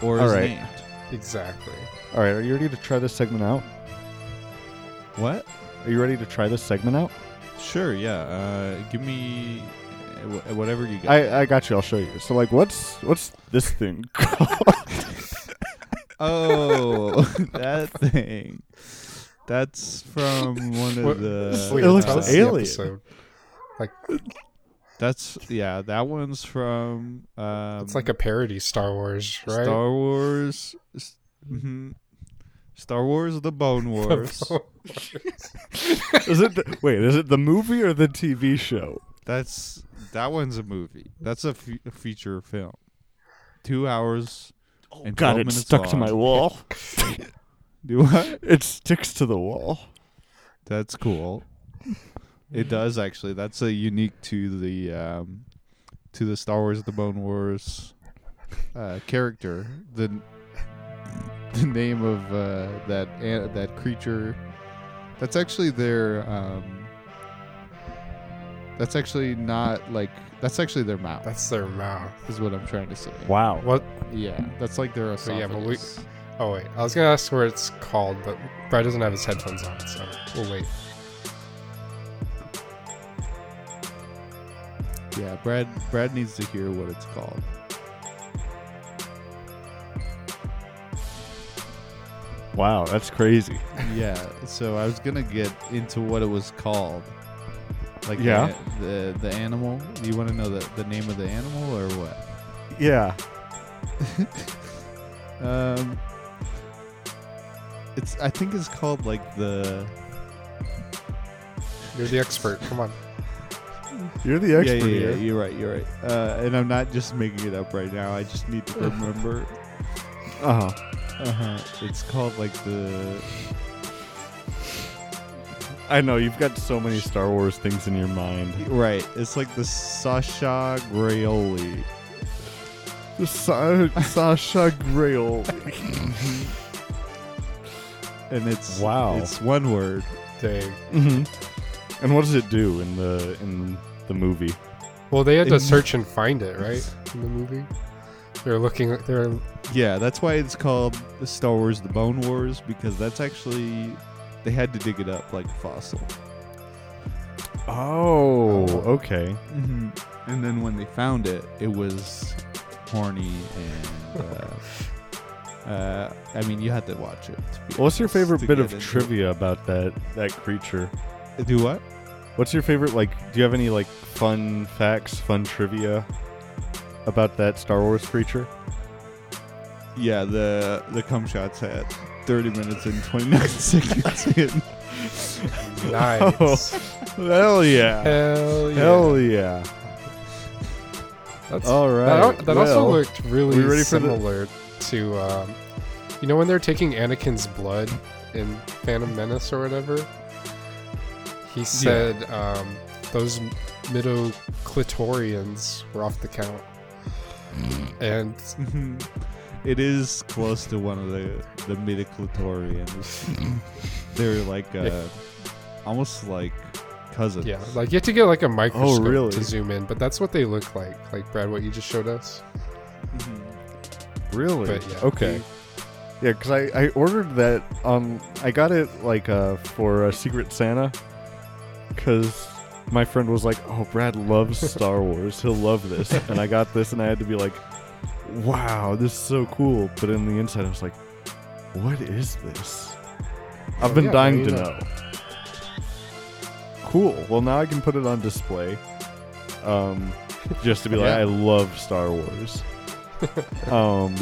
or
All
is
right.
named.
Exactly.
All right. Are you ready to try this segment out?
What?
Are you ready to try this segment out?
Sure. Yeah. Uh, give me uh, wh- whatever you got.
I, I got you. I'll show you. So, like, what's what's this thing called?
oh, that thing. That's from one
What-
of the.
Leah,
It looks
tell us the
alien.
episode.
That's yeah, that one's from um
It's like a parody Star Wars, right?
Star Wars s-
Mm-hmm.
mhm. Star Wars the Bone Wars.
is it? The, wait, is it the movie or the TV show?
That's that one's a movie. That's a, fe- a feature film. 2 hours and
Oh, God,
12
it
minutes
stuck to
long.
my wall.
Do what?
it sticks to the wall.
That's cool. It does actually. That's a unique to the um to the Star Wars the Bone Wars uh character. The the name of uh that an- that creature that's actually their um that's actually not like that's actually their mouth
That's their mouth.
is what I'm trying to say.
Wow.
What?
Yeah, that's like their
So, yeah, but we-
esophagus.
Oh, wait. I was going to ask where it's called, but Brad doesn't have his headphones on, so we'll wait.
Yeah, Brad. Brad needs to hear what it's called.
Wow, that's crazy.
yeah. So I was gonna get into what it was called. Like
Yeah.
the the, the animal. Do you want to know the, the name of the animal or what?
Yeah.
Um, it's I think it's called like the
You're the expert. Come on.
You're the expert
yeah, yeah, yeah,
here.
You're right. You're right. Uh, and I'm not just making it up right now. I just need to remember.
Uh huh.
uh huh. It's called like the
I know you've got so many Star Wars things in your mind.
right. It's like the Sasha Grayoli.
Sa- Sasha Grail.
and it's
Wow.
it's one word.
Dang.
mm-hmm. And what does it do in the in the movie?
Well, they had to
It-
search and find it, right? In the movie? They're looking. They're
Yeah, that's why it's called the Star Wars: The Bone Wars because that's actually they had to dig it up like a fossil.
Oh, okay.
Mm-hmm. And then when they found it, it was horny and. Uh, uh, I mean, you had to watch it. to be
What's your
honest,
favorite
to
bit
get
of
into-
trivia about that that creature?
Do what?
What's your favorite like do you have any like fun facts, fun trivia about that Star Wars creature?
Yeah, the the cum shots at 30 minutes and 29 seconds in.
nice.
Hell yeah.
Oh. Hell yeah.
Hell yeah.
That's,
All
That, al-
right.
that also
well,
looked really
we ready for the-
similar to, um, you know, when they're taking Anakin's blood in Phantom Menace or whatever. He said um, those midoclitorians were off the count,
Mm.
and
it is close to one of the the midichlorians. They're like uh, almost like cousins.
yeah, like you have to get like a microscope
Oh, really?
to zoom in, but that's what they look like. Like Brad, what you just showed us.
Mhm.
really
But yeah,
okay. Yeah, because I, I ordered that on I got it like uh for uh, Secret Santa, because my friend was like, "Oh, Brad loves Star Wars. He'll love this." And I got this, and I had to be like, "Wow, this is so cool!" But in the inside, I was like, "What is this?" I've been
yeah,
dying
why
to know. Cool. Well, now I can put it on display. Um, just to be like,
Yeah.
I love Star Wars. um,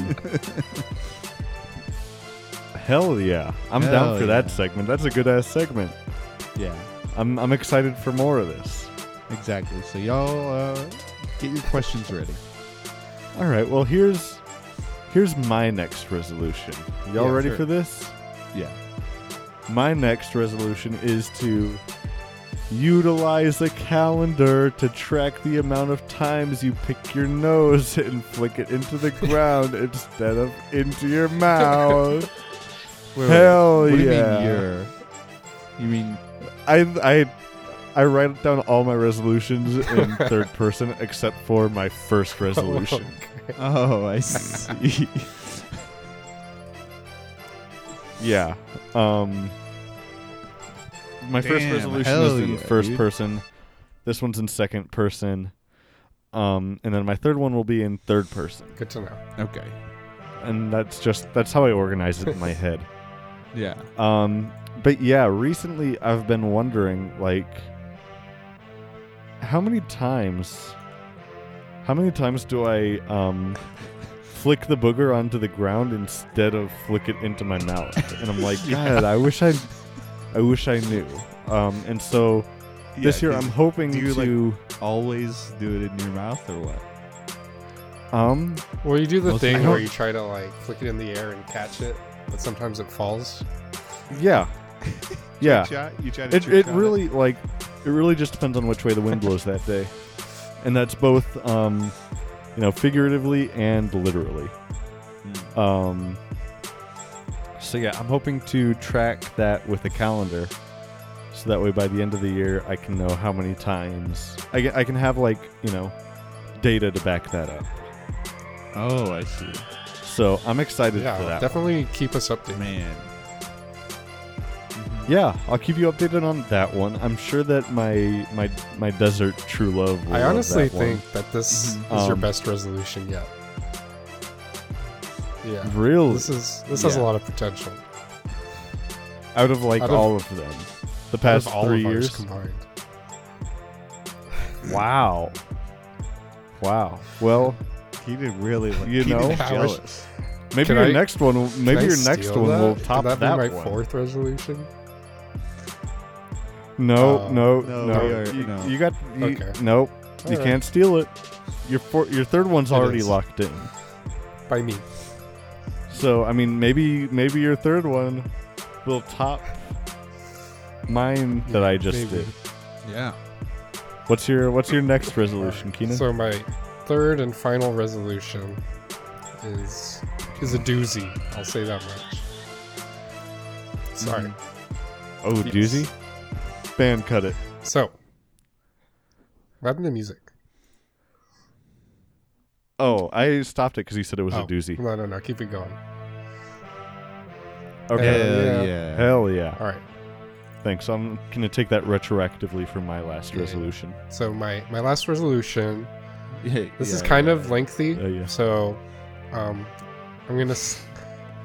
hell yeah, I'm
Hell
down for
yeah.
that segment. That's a good ass segment.
Yeah,
I'm I'm excited for more of this.
exactly. So y'all uh, get your questions ready.
All right. Well, here's here's my next resolution. Y'all
Yeah,
ready
sure.
for this?
Yeah.
My next resolution is to utilize a calendar to track the amount of times you pick your nose and flick it into the ground instead of into your mouth.
Wait, wait,
Hell
what do you
yeah!
mean your? You mean
I I I write down all my resolutions in third person except for my first resolution.
oh, I see.
Yeah. Um my first
Damn,
resolution
hell
is in
yeah,
first
dude.
person. This one's in second person. Um and then my third one will be in third person.
Good to know.
okay.
And that's just that's how I organize it in my head.
Yeah.
Um, but yeah, recently I've been wondering, like, how many times, how many times do I um, flick the booger onto the ground instead of flick it into my mouth? And I'm like, God, I wish I, I wish I knew. Um, and so this
Yeah,
year I'm hoping
do you, like-
to,
Always do it in your mouth or what?
um,
Well, you do the
Well, I
thing
don't-
where you try to like flick it in the air and catch it, but sometimes it falls.
yeah, yeah.
You try to
it, it really like it really just depends on which way the wind blows that day and that's both um you know figuratively and literally um so yeah i'm hoping to track that with a calendar so that way by the end of the year i can know how many times i, ca- I can have like you know data to back that up
Oh, I see.
so i'm excited
Yeah,
for that
definitely keep us updated.
Man.
yeah i'll keep you updated on that one i'm sure that my my my desert true love will
I
love
honestly
that one.
think that this
Mhm.
is your
Um,
best resolution yet. Yeah.
really
This is this has a
Yeah.
lot of potential.
out of like
Out of-
all of them the
Out of
past three
ours
years
combined.
wow wow well
He did really like
You know?
jealous.
maybe
Can
your
I-
next one will- maybe
Can I
your next
steal
one
that?
will
Can
top
that.
that,
be my
one
fourth resolution.
no
Oh.
no no,
No, we are-
you,
no.
you got you,
Okay.
nope you
Alright.
can't steal it your four, your third one's
It
already
is.
locked in
By me.
so i mean maybe maybe your third one will top mine that
Yeah,
i just
maybe.
did
Yeah.
what's your what's your next resolution keenan
So my third and final resolution is is a doozy. I'll say that much. Sorry.
oh doozy band cut it
So what happened to music?
oh i stopped it because he said it was
Oh,
a doozy
No, no, no. Keep it going.
okay
Yeah.
Hell yeah.
Hell yeah.
All right.
Thanks. I'm going to take that retroactively for my last
Yeah.
resolution.
So my my last resolution.
Yeah,
This is
yeah,
kind
yeah.
of lengthy.
Oh, yeah.
So, um, I'm gonna s-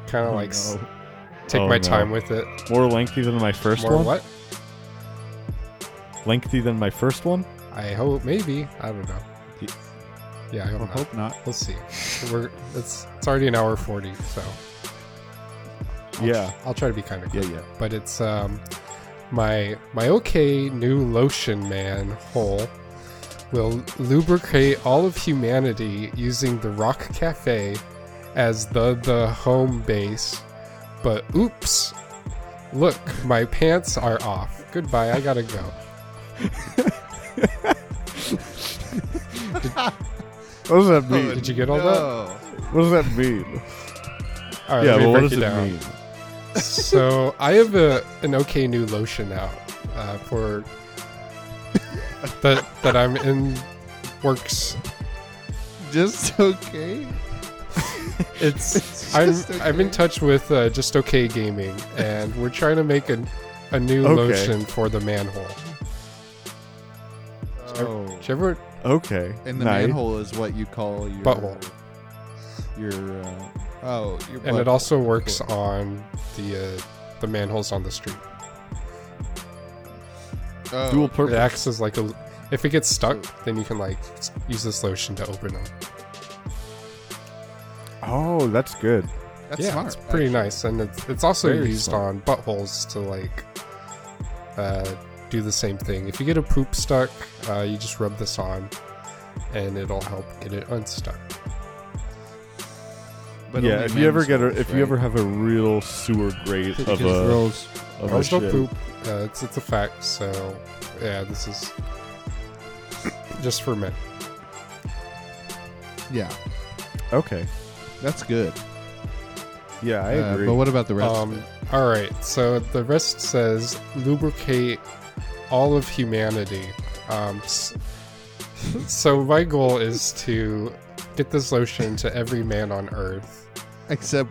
kind of like s-
no.
take
Oh,
my
no.
time with it.
More lengthy than my first
More
one?
what?
Lengthy than my first one?
I hope maybe. I don't know.
Ye-
Yeah, I hope
I
not.
hope not.
We'll see. We're it's it's already an hour forty, so I'll
Yeah.
tr- I'll try to be kind of
Yeah,
quick.
yeah.
But it's um my my okay new lotion man hole will lubricate all of humanity using the Rock Cafe as the the home base. But oops, look, my pants are off. Goodbye, I gotta go.
What does that mean?
Did you get all that?
Oh,
What does that mean?
All right,
yeah,
let me
well, what
break
does
it
it
down.
mean?
so I have a an okay new lotion out uh, for that that I'm in works
Just okay.
it's I'm I'm in touch with uh, just okay gaming, and we're trying to make a a new
Okay.
lotion for the manhole.
Oh.
Did you ever-
Okay.
And the
nice.
manhole is what you call your
Butthole.
Your uh, oh, your
and it
butthole.
also works on the uh, the manholes on the street.
Oh,
Dual
It
purpose.
acts as like a if it gets stuck, then you can like s- use this lotion to open them.
Oh, that's good.
That's
yeah,
smart.
it's pretty nice, and it's it's also
Very
used
smart.
on buttholes to like uh, do the same thing. If you get a poop stuck, uh, you just rub this on, and it'll help get it unstuck.
But
yeah,
only
if you ever
men's
get a,
holes,
if
right?
you ever have a real sewer grate of
Because
a
girls-
of a
Girls don't
shit.
poop. Uh, it's it's a fact. So yeah, this is just for men.
yeah,
Okay.
that's good.
Yeah, I
Uh,
agree.
but what about the rest? of
Um,
it?
all right. So the rest says lubricate all of humanity. Um, s- so my goal is to get this lotion to every man on earth.
Except,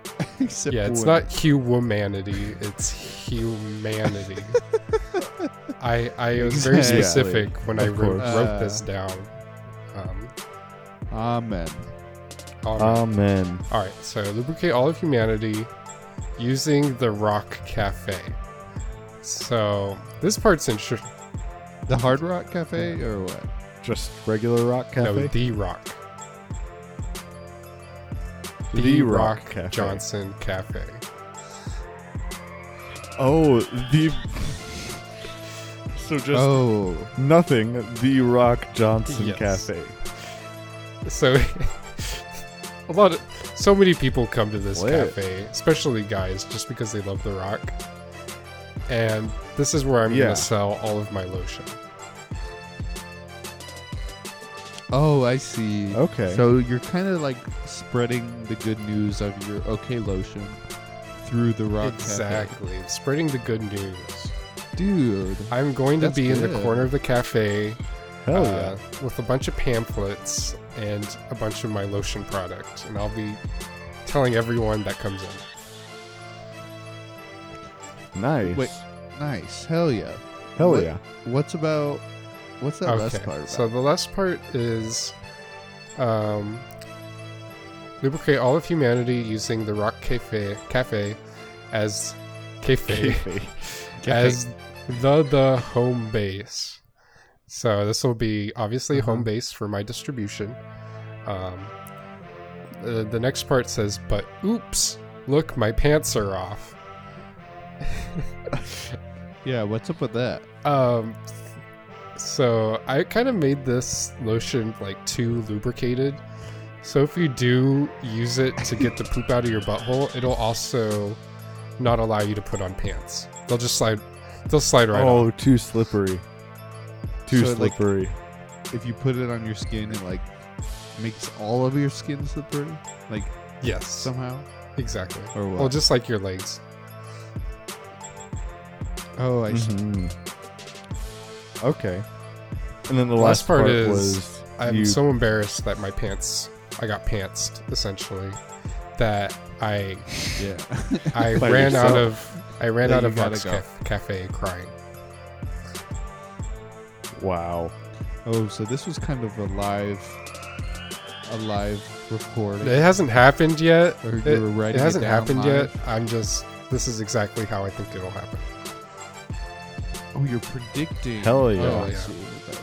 except
Yeah, it's
women.
not humanity. It's humanity. I I was very
Exactly.
specific when I
Of
wrote,
course.
wrote this
Uh,
down. Um,
Amen.
all
Uh,
right.
Amen.
All right, so lubricate all of humanity using the Rock Cafe. So this part's interesting.
The Hard Rock Cafe or what?
Just regular rock cafe.
No, the Rock,
The Rock Cafe.
Johnson Cafe.
oh, the So just
oh,
nothing. The Rock Johnson
Yes.
Cafe.
So a lot of so many people come to this
Lit.
cafe, especially guys, just because they love the Rock. And this is where I'm
Yeah.
gonna sell all of my lotion.
oh, I see.
Okay.
So you're kind of like spreading the good news of your okay lotion through the Rock Cafe.
exactly, spreading the good news.
Dude,
I'm going to
That's
be in the
good.
corner of the cafe
Hell
uh, with a bunch of pamphlets and a bunch of my lotion product, and I'll be telling everyone that comes in.
yeah. Nice.
wait. nice. Hell yeah.
Hell
what-
yeah.
What's about. What's that last part about?
so the last part is um, lubricate all of humanity using the Rock Cafe cafe as cafe
Cafe.
as the the home base. So this will be obviously home base for my distribution. Um, the, the next part says, "But oops, look, my pants are off."
yeah, what's up with that?
Um, so I kind of made this lotion like too lubricated. So if you do use it to get the poop out of your butthole, it'll also not allow you to put on pants. They'll just slide. They'll slide right off.
oh, too slippery. Too
So, like-
slippery.
If you put it on your skin, it like makes all of your skin slippery, like
Yes.
somehow.
Exactly.
Or what?
Well, just like your legs.
Oh, I
Mm-hmm.
see.
Mhm. Mm-hmm. Okay. And then the
Last
last,
part is,
was
I'm
you-
so embarrassed that my pants, I got pantsed essentially, that I
Yeah.
I
By
ran out
yourself.
of I ran
Then
out
you
of
gotta
Vox
go.
Caf- Cafe crying.
wow.
Oh, so this was kind of a live, a live recording.
It hasn't happened yet.
Or you
It,
were
it
writing it
hasn't
down
happened
live?
yet. I'm just. This is exactly how I think it'll happen.
Oh, you're predicting.
Hell yeah.
Oh, I
Yeah.
see. Okay.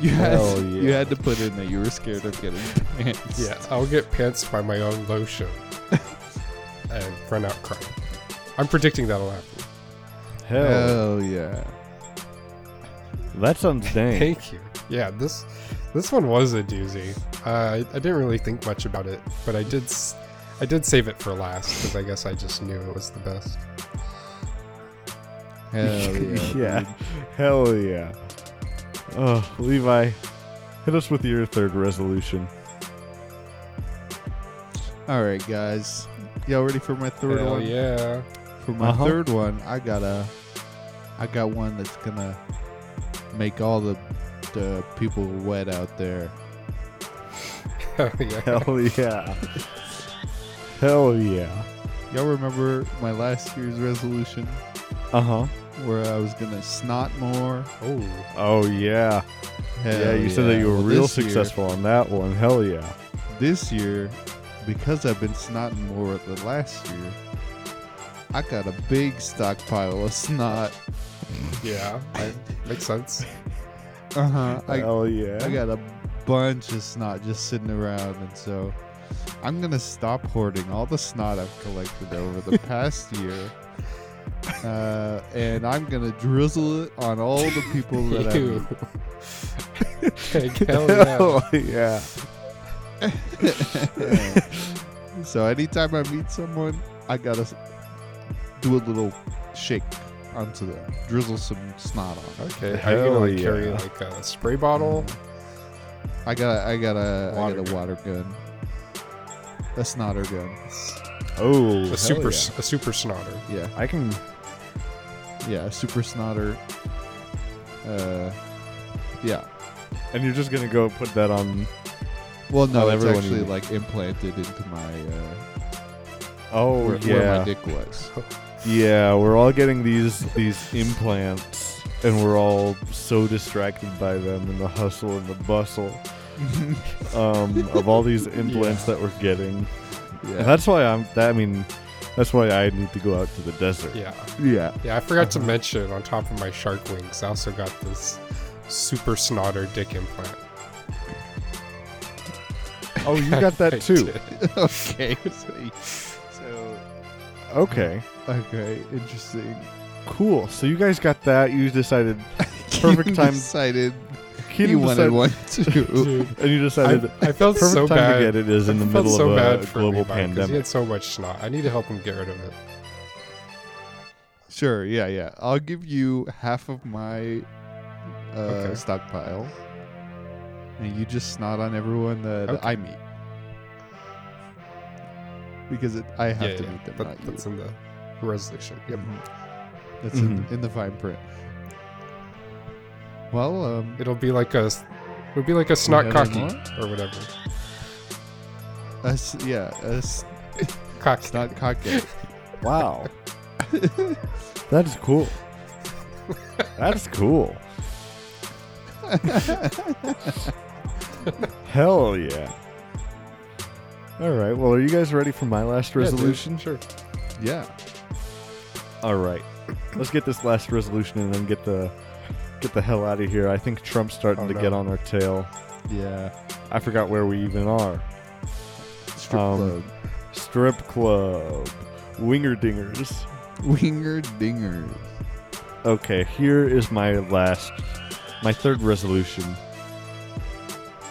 You had,
Hell
you
yeah.
had to put in that you were scared of getting pants.
Yeah, I'll get pantsed by my own lotion and run out crying. I'm predicting that'll happen.
Hell.
Hell yeah.
that sounds dang.
Thank you. Yeah, this this one was a doozy. Uh, I, I didn't really think much about it, but I did s- I did save it for last because I guess I just knew it was the best.
Hell yeah.
yeah. Hell yeah. Oh, Levi, hit us with your third resolution.
All right, guys. Y'all ready for my third
Hell
one?
yeah!
For my
Uh-huh.
third one, I got a, I got one that's gonna make all the, the people wet out there.
Hell Oh, yeah!
Hell yeah. Hell yeah.
Y'all remember my last year's resolution
Uh
Uh-huh.
huh.
where I was gonna snot more?
Oh,
Oh yeah.
Hell
yeah, you said that you were
Well,
real
this year-
successful on that one. Hell yeah.
this year, because I've been snotting more than last year, I got a big stockpile of snot.
yeah, I, makes sense.
Uh
Uh-huh.
huh. I,
Hell yeah.
I got a bunch of snot just sitting around, and so I'm gonna stop hoarding all the snot I've collected over the past year. Uh, and I'm gonna drizzle it on all the people that I meet.
Ew. Heck, um, hell yeah.
Hell yeah.
so anytime I meet someone, I gotta s- do a little shake onto them, drizzle some snot on.
Okay, how you gonna like
Hell
carry
yeah.
like a spray bottle?
I got, I got a, I
Water
got a
gun.
water gun, a snotter gun.
Oh. hell
A super,
yeah.
a super snotter.
Yeah,
I can.
yeah, a super snotter. Uh, yeah.
And you're just gonna go put that on.
Well, no,
Oh,
it's
everyone
actually
you-
like implanted into my uh,
Oh
where,
yeah.
where my dick was.
Yeah, we're all getting these these implants, and we're all so distracted by them and the hustle and the bustle um, of all these implants that we're getting. And
Yeah,
that's why I'm. That, I mean, that's why I need to go out to the desert.
Yeah,
Yeah.
yeah. I forgot
Uh-huh.
to mention on top of my shark wings, I also got this super snotter dick implant.
Oh, you got that too.
okay. So, so
Okay,
okay, interesting.
cool. So you guys got that. You decided perfect
Keaton
time.
Decided
Keenan
he wanted
decided-
one too.
Dude,
and you decided.
I, I felt
Perfect
so
time
bad.
to get it is in the
I felt
middle
so
of
bad
a
for
global
because he
pandemic.
had so much snot. I need to help him get rid of it.
sure, yeah, yeah. I'll give you half of my uh,
Okay.
stockpile, and you just snot on everyone that
Okay.
I meet because it, I have
yeah,
to
yeah.
meet them,
That-
not you.
that's in the resolution. Yep.
That's in, in the fine print. Well, um,
It'll be like a, it'll be like a
have
snot
any
cocky
more?
or whatever.
a s- yeah, a s-
Cocky.
snot cockade.
Wow. That's cool. That's cool. Hell yeah. All right. Well, are you guys ready for my last
Yeah, dude,
resolution?
sure.
yeah,
All right. Let's get this last resolution and then get the get the hell out of here. I think Trump's starting
Oh,
to
no.
get on our tail.
yeah.
I forgot where we even are.
Strip
Um,
club.
Strip club, winger dingers.
Winger dinger.
Okay, here is my last, my third resolution.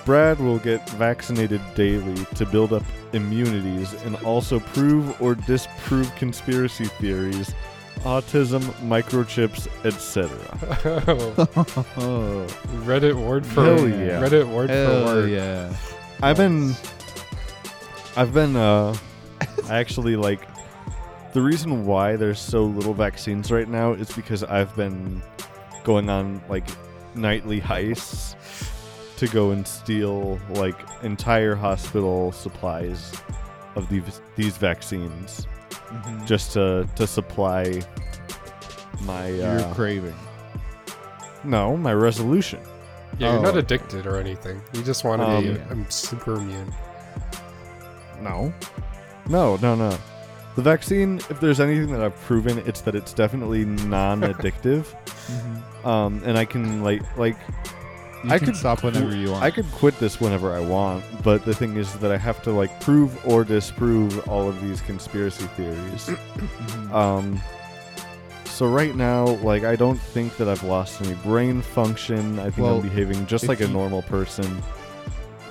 Brad will get vaccinated daily to build up immunities and also prove or disprove conspiracy theories, autism, microchips, etc.
Oh,
Reddit word for
Hell yeah.
Reddit word for
hell
word.
yeah.
I've been, I've been, uh, I actually like the reason why there's so little vaccines right now is because I've been going on like nightly heists to go and steal like entire hospital supplies of these these vaccines
Mm-hmm.
just to to supply my
You're
uh,
craving.
no my resolution.
Yeah, you're
Oh,
not
okay.
addicted or anything. You just want to
Um,
be
yeah.
I'm super immune.
No. No, no, no. The vaccine, if there's anything that I've proven, it's that it's definitely non-addictive.
Mm-hmm.
um, and I can like like
You
I
can
could
stop whenever you want.
I could quit this whenever I want, but the thing is that I have to like prove or disprove all of these conspiracy theories.
Mm-hmm. uh,
um, so right now, like I don't think that I've lost any brain function. I think
Well,
I'm behaving just
if
like a
you-
normal person.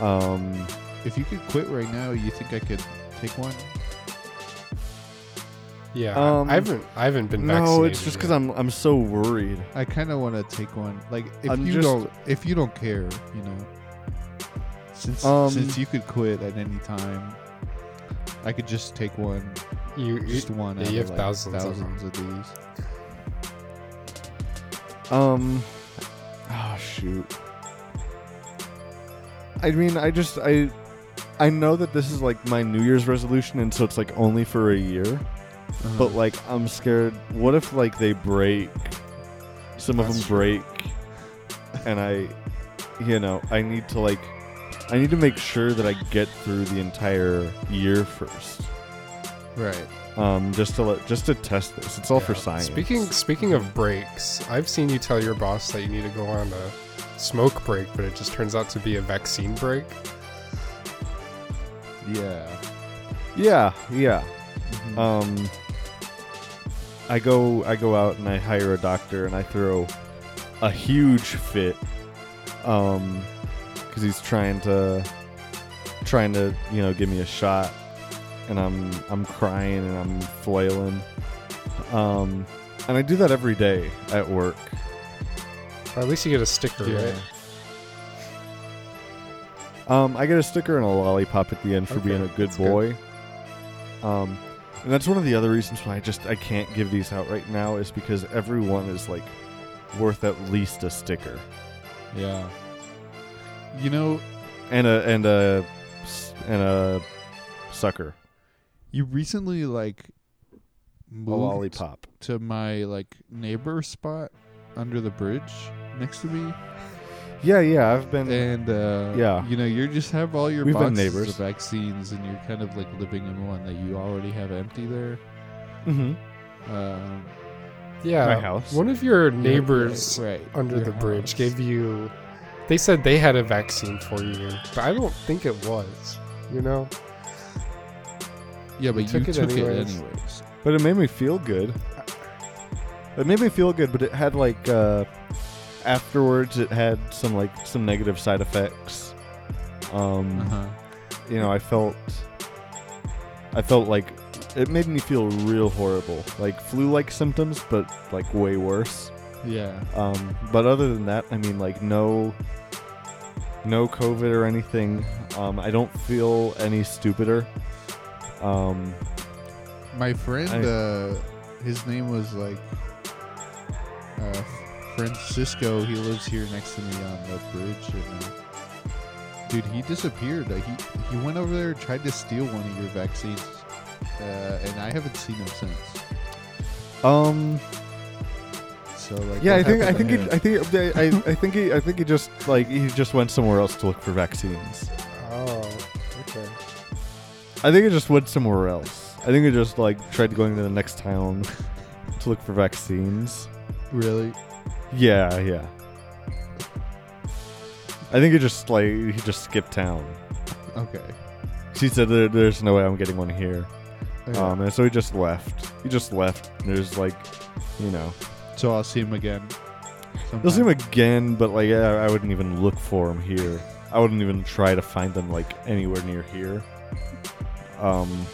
Um,
if you could quit right now, you think I could take one?
Yeah,
Um,
I haven't I haven't been vaccinated.
no, it's just because
yet.
I'm I'm so worried.
I kind of want to take one. Like if
I'm
you
just-
don't, if you don't care, you know. Since
Um,
since you could quit at any time, I could just take one,
you, you
just one.
yeah,
out
you
of,
have
like,
thousands of
thousands of these.
Um. ah, Oh shoot. I mean, I just I I know that this is like my New Year's resolution, and so it's like only for a year.
Uh-huh.
But like, I'm scared. What if like they break? Some of them
That's
break, and I, you know, I need to like, I need to make sure that I get through the entire year first.
Right.
Um, just to let, just to test this. It's all for
Yeah.
science.
Speaking speaking of breaks, I've seen you tell your boss that you need to go on a smoke break, but it just turns out to be a vaccine break.
Yeah.
Yeah, yeah.
Mm-hmm.
Um, I go I go out and I hire a doctor and I throw a huge fit, um, because he's trying to trying to you know give me a shot, and I'm I'm crying and I'm flailing, um, and I do that every day at work.
Or at least you get a sticker, right?
Um, I get a sticker and a lollipop at the end for
Okay,
being a good
that's
boy.
good.
Um, and that's one of the other reasons why I just I can't give these out right now is because everyone is like worth at least a sticker
Uh,
Yeah. You know,
and a and a s- and a sucker,
you recently like
a
moved
lollipop.
to my like neighbor spot under the bridge next to me,
Yeah, yeah. I've been
and uh,
Yeah.
you know, you just have all your
We've been
boxes
neighbors.
of vaccines, and you're kind of like living in one that you already have empty there.
Mhm.
Um,
Yeah.
my house.
One of your neighbors
right,
under
your
the bridge
house.
gave you they said they had a vaccine for you, but I don't think it was. You know?
Yeah, but you
took
took, it,
it anyways.
anyways.
but it made me feel good. It made me feel good, but it had like uh, afterwards it had some like some negative side effects. Um.
Uh-huh.
you know, I felt I felt like it made me feel real horrible. Like flu-like symptoms, but like way worse.
Yeah.
Um, but other than that, I mean, like no no COVID or anything. Um, I don't feel any stupider. Um,
My friend,
I-
uh, his name was like uh, Francisco. He lives here next to me on the bridge. And, uh, dude, he disappeared. Uh, he he went over there, tried to steal one of your vaccines, uh, and I haven't seen him since.
um,
So like,
yeah,
what
I think I
happened
think
there?
it, I think I, I think he I think he just like he just went somewhere else to look for vaccines.
Oh, okay.
I think it just went somewhere else. I think it just like tried going to the next town to look for vaccines.
really.
Yeah, yeah. I think he just like he just skipped town.
Okay.
She said there, there's no way I'm getting one here.
Okay.
Um, and so he just left. He just left. There's like, you know,
so I'll see him again.
you'll see him
sometime.
again, but like I, I wouldn't even look for him here. I wouldn't even try to find them like anywhere near here. Um,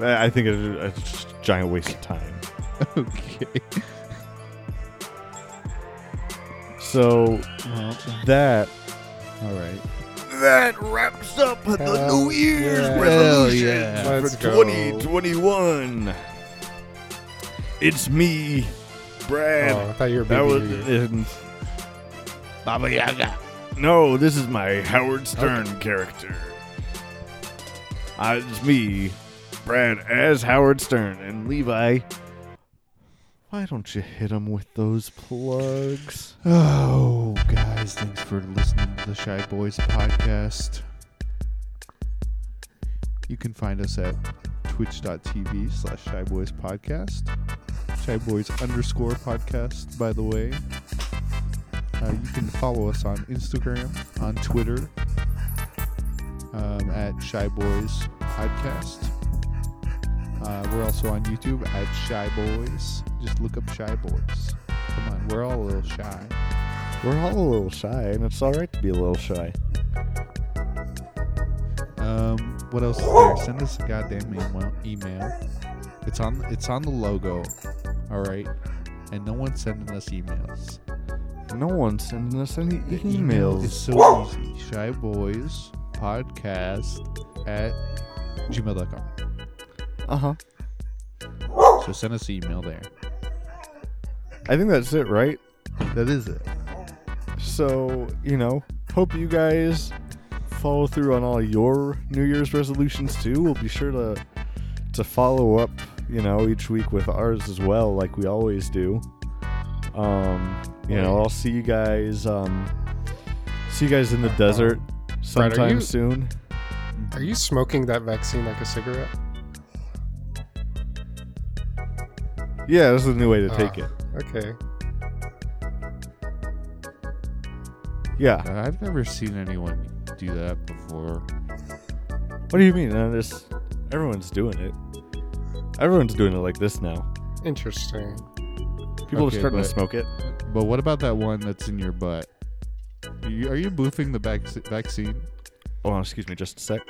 I I think it, it's just a giant waste of time.
okay.
So
Well,
that
all right.
that wraps up the
Hell
New Year's
yeah.
resolution
Hell
yeah. Let's
for
go.
2021. It's me, Brad.
Oh, I thought you were
that
baby.
was
Yoda.
and- Baba Yaga. No, this is my Howard Stern character. Uh, it's me, Brad, as Howard Stern and Levi. Why don't you hit him with those plugs?
Oh, guys, thanks for listening to the Shy Boys podcast. You can find us at twitch.tv slash Shy Boys podcast. Shy Boys underscore podcast, by the way. Uh, you can follow us on Instagram, on Twitter, um, at Shy Boys Podcast. Uh, we're also on YouTube at Shy Boys. Just look up Shy Boys. Come on, we're all a little shy.
We're all a little shy, and it's all right to be a little shy.
Um, what else is there? Send us a goddamn email. email. It's on. It's on the logo. All right, and no one's sending us emails.
No one's sending us any
The
emails.
email is so easy. Shy boys podcast at gmail.com.
uh huh.
So send us an email there.
I think that's it, right?
That is it.
So you know, hope you guys follow through on all your New Year's resolutions too. We'll be sure to to follow up, you know, each week with ours as well, like we always do. Um, you know, I'll see you guys. Um, see you guys in the desert
Brad, are
sometime
you-
soon.
Are you smoking that vaccine like a cigarette?
Yeah, this is a new way to take
Ah.
it.
Okay.
Yeah.
I've never seen anyone do that before.
What do you mean? Uh, this everyone's doing it. Everyone's doing it like this now.
Interesting.
People
Okay,
are starting
but-
to smoke it.
But what about that one that's in your butt? Are you, are you boofing the vac- vaccine?
Oh, excuse me, just a sec.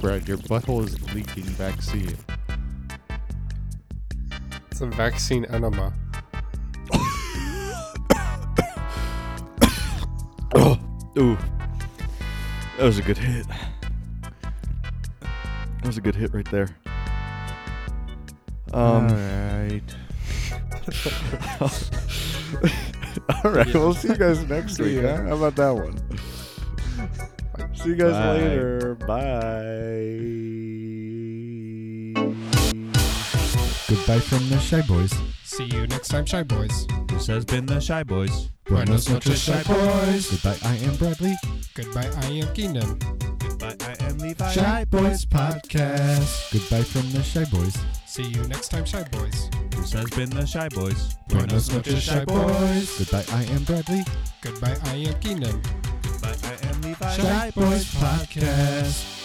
Brad, your butthole is leaking vaccine.
It's a vaccine enema.
Oh, Ooh, that was a good hit. That was a good hit right there. Um,
Alright.
all right, we'll see you guys next week. Huh? How about that one? See you guys
Bye.
later. Bye.
Goodbye from the Shy Boys.
See you next time, Shy Boys.
This has been the Shy Boys.
Buenos noches,
Shy
Shy
Boys.
Boys. Goodbye, I am Bradley.
Goodbye, I am Keenan.
Goodbye, I am Levi.
Podcast. Goodbye from the Shy Boys.
See you next time, Shy Boys.
This has been the Shy Boys.
Buenos noches, Shy Boys.
Goodbye, I am Bradley.
Goodbye, I am Keenan.
Goodbye, I am Levi.
Podcast.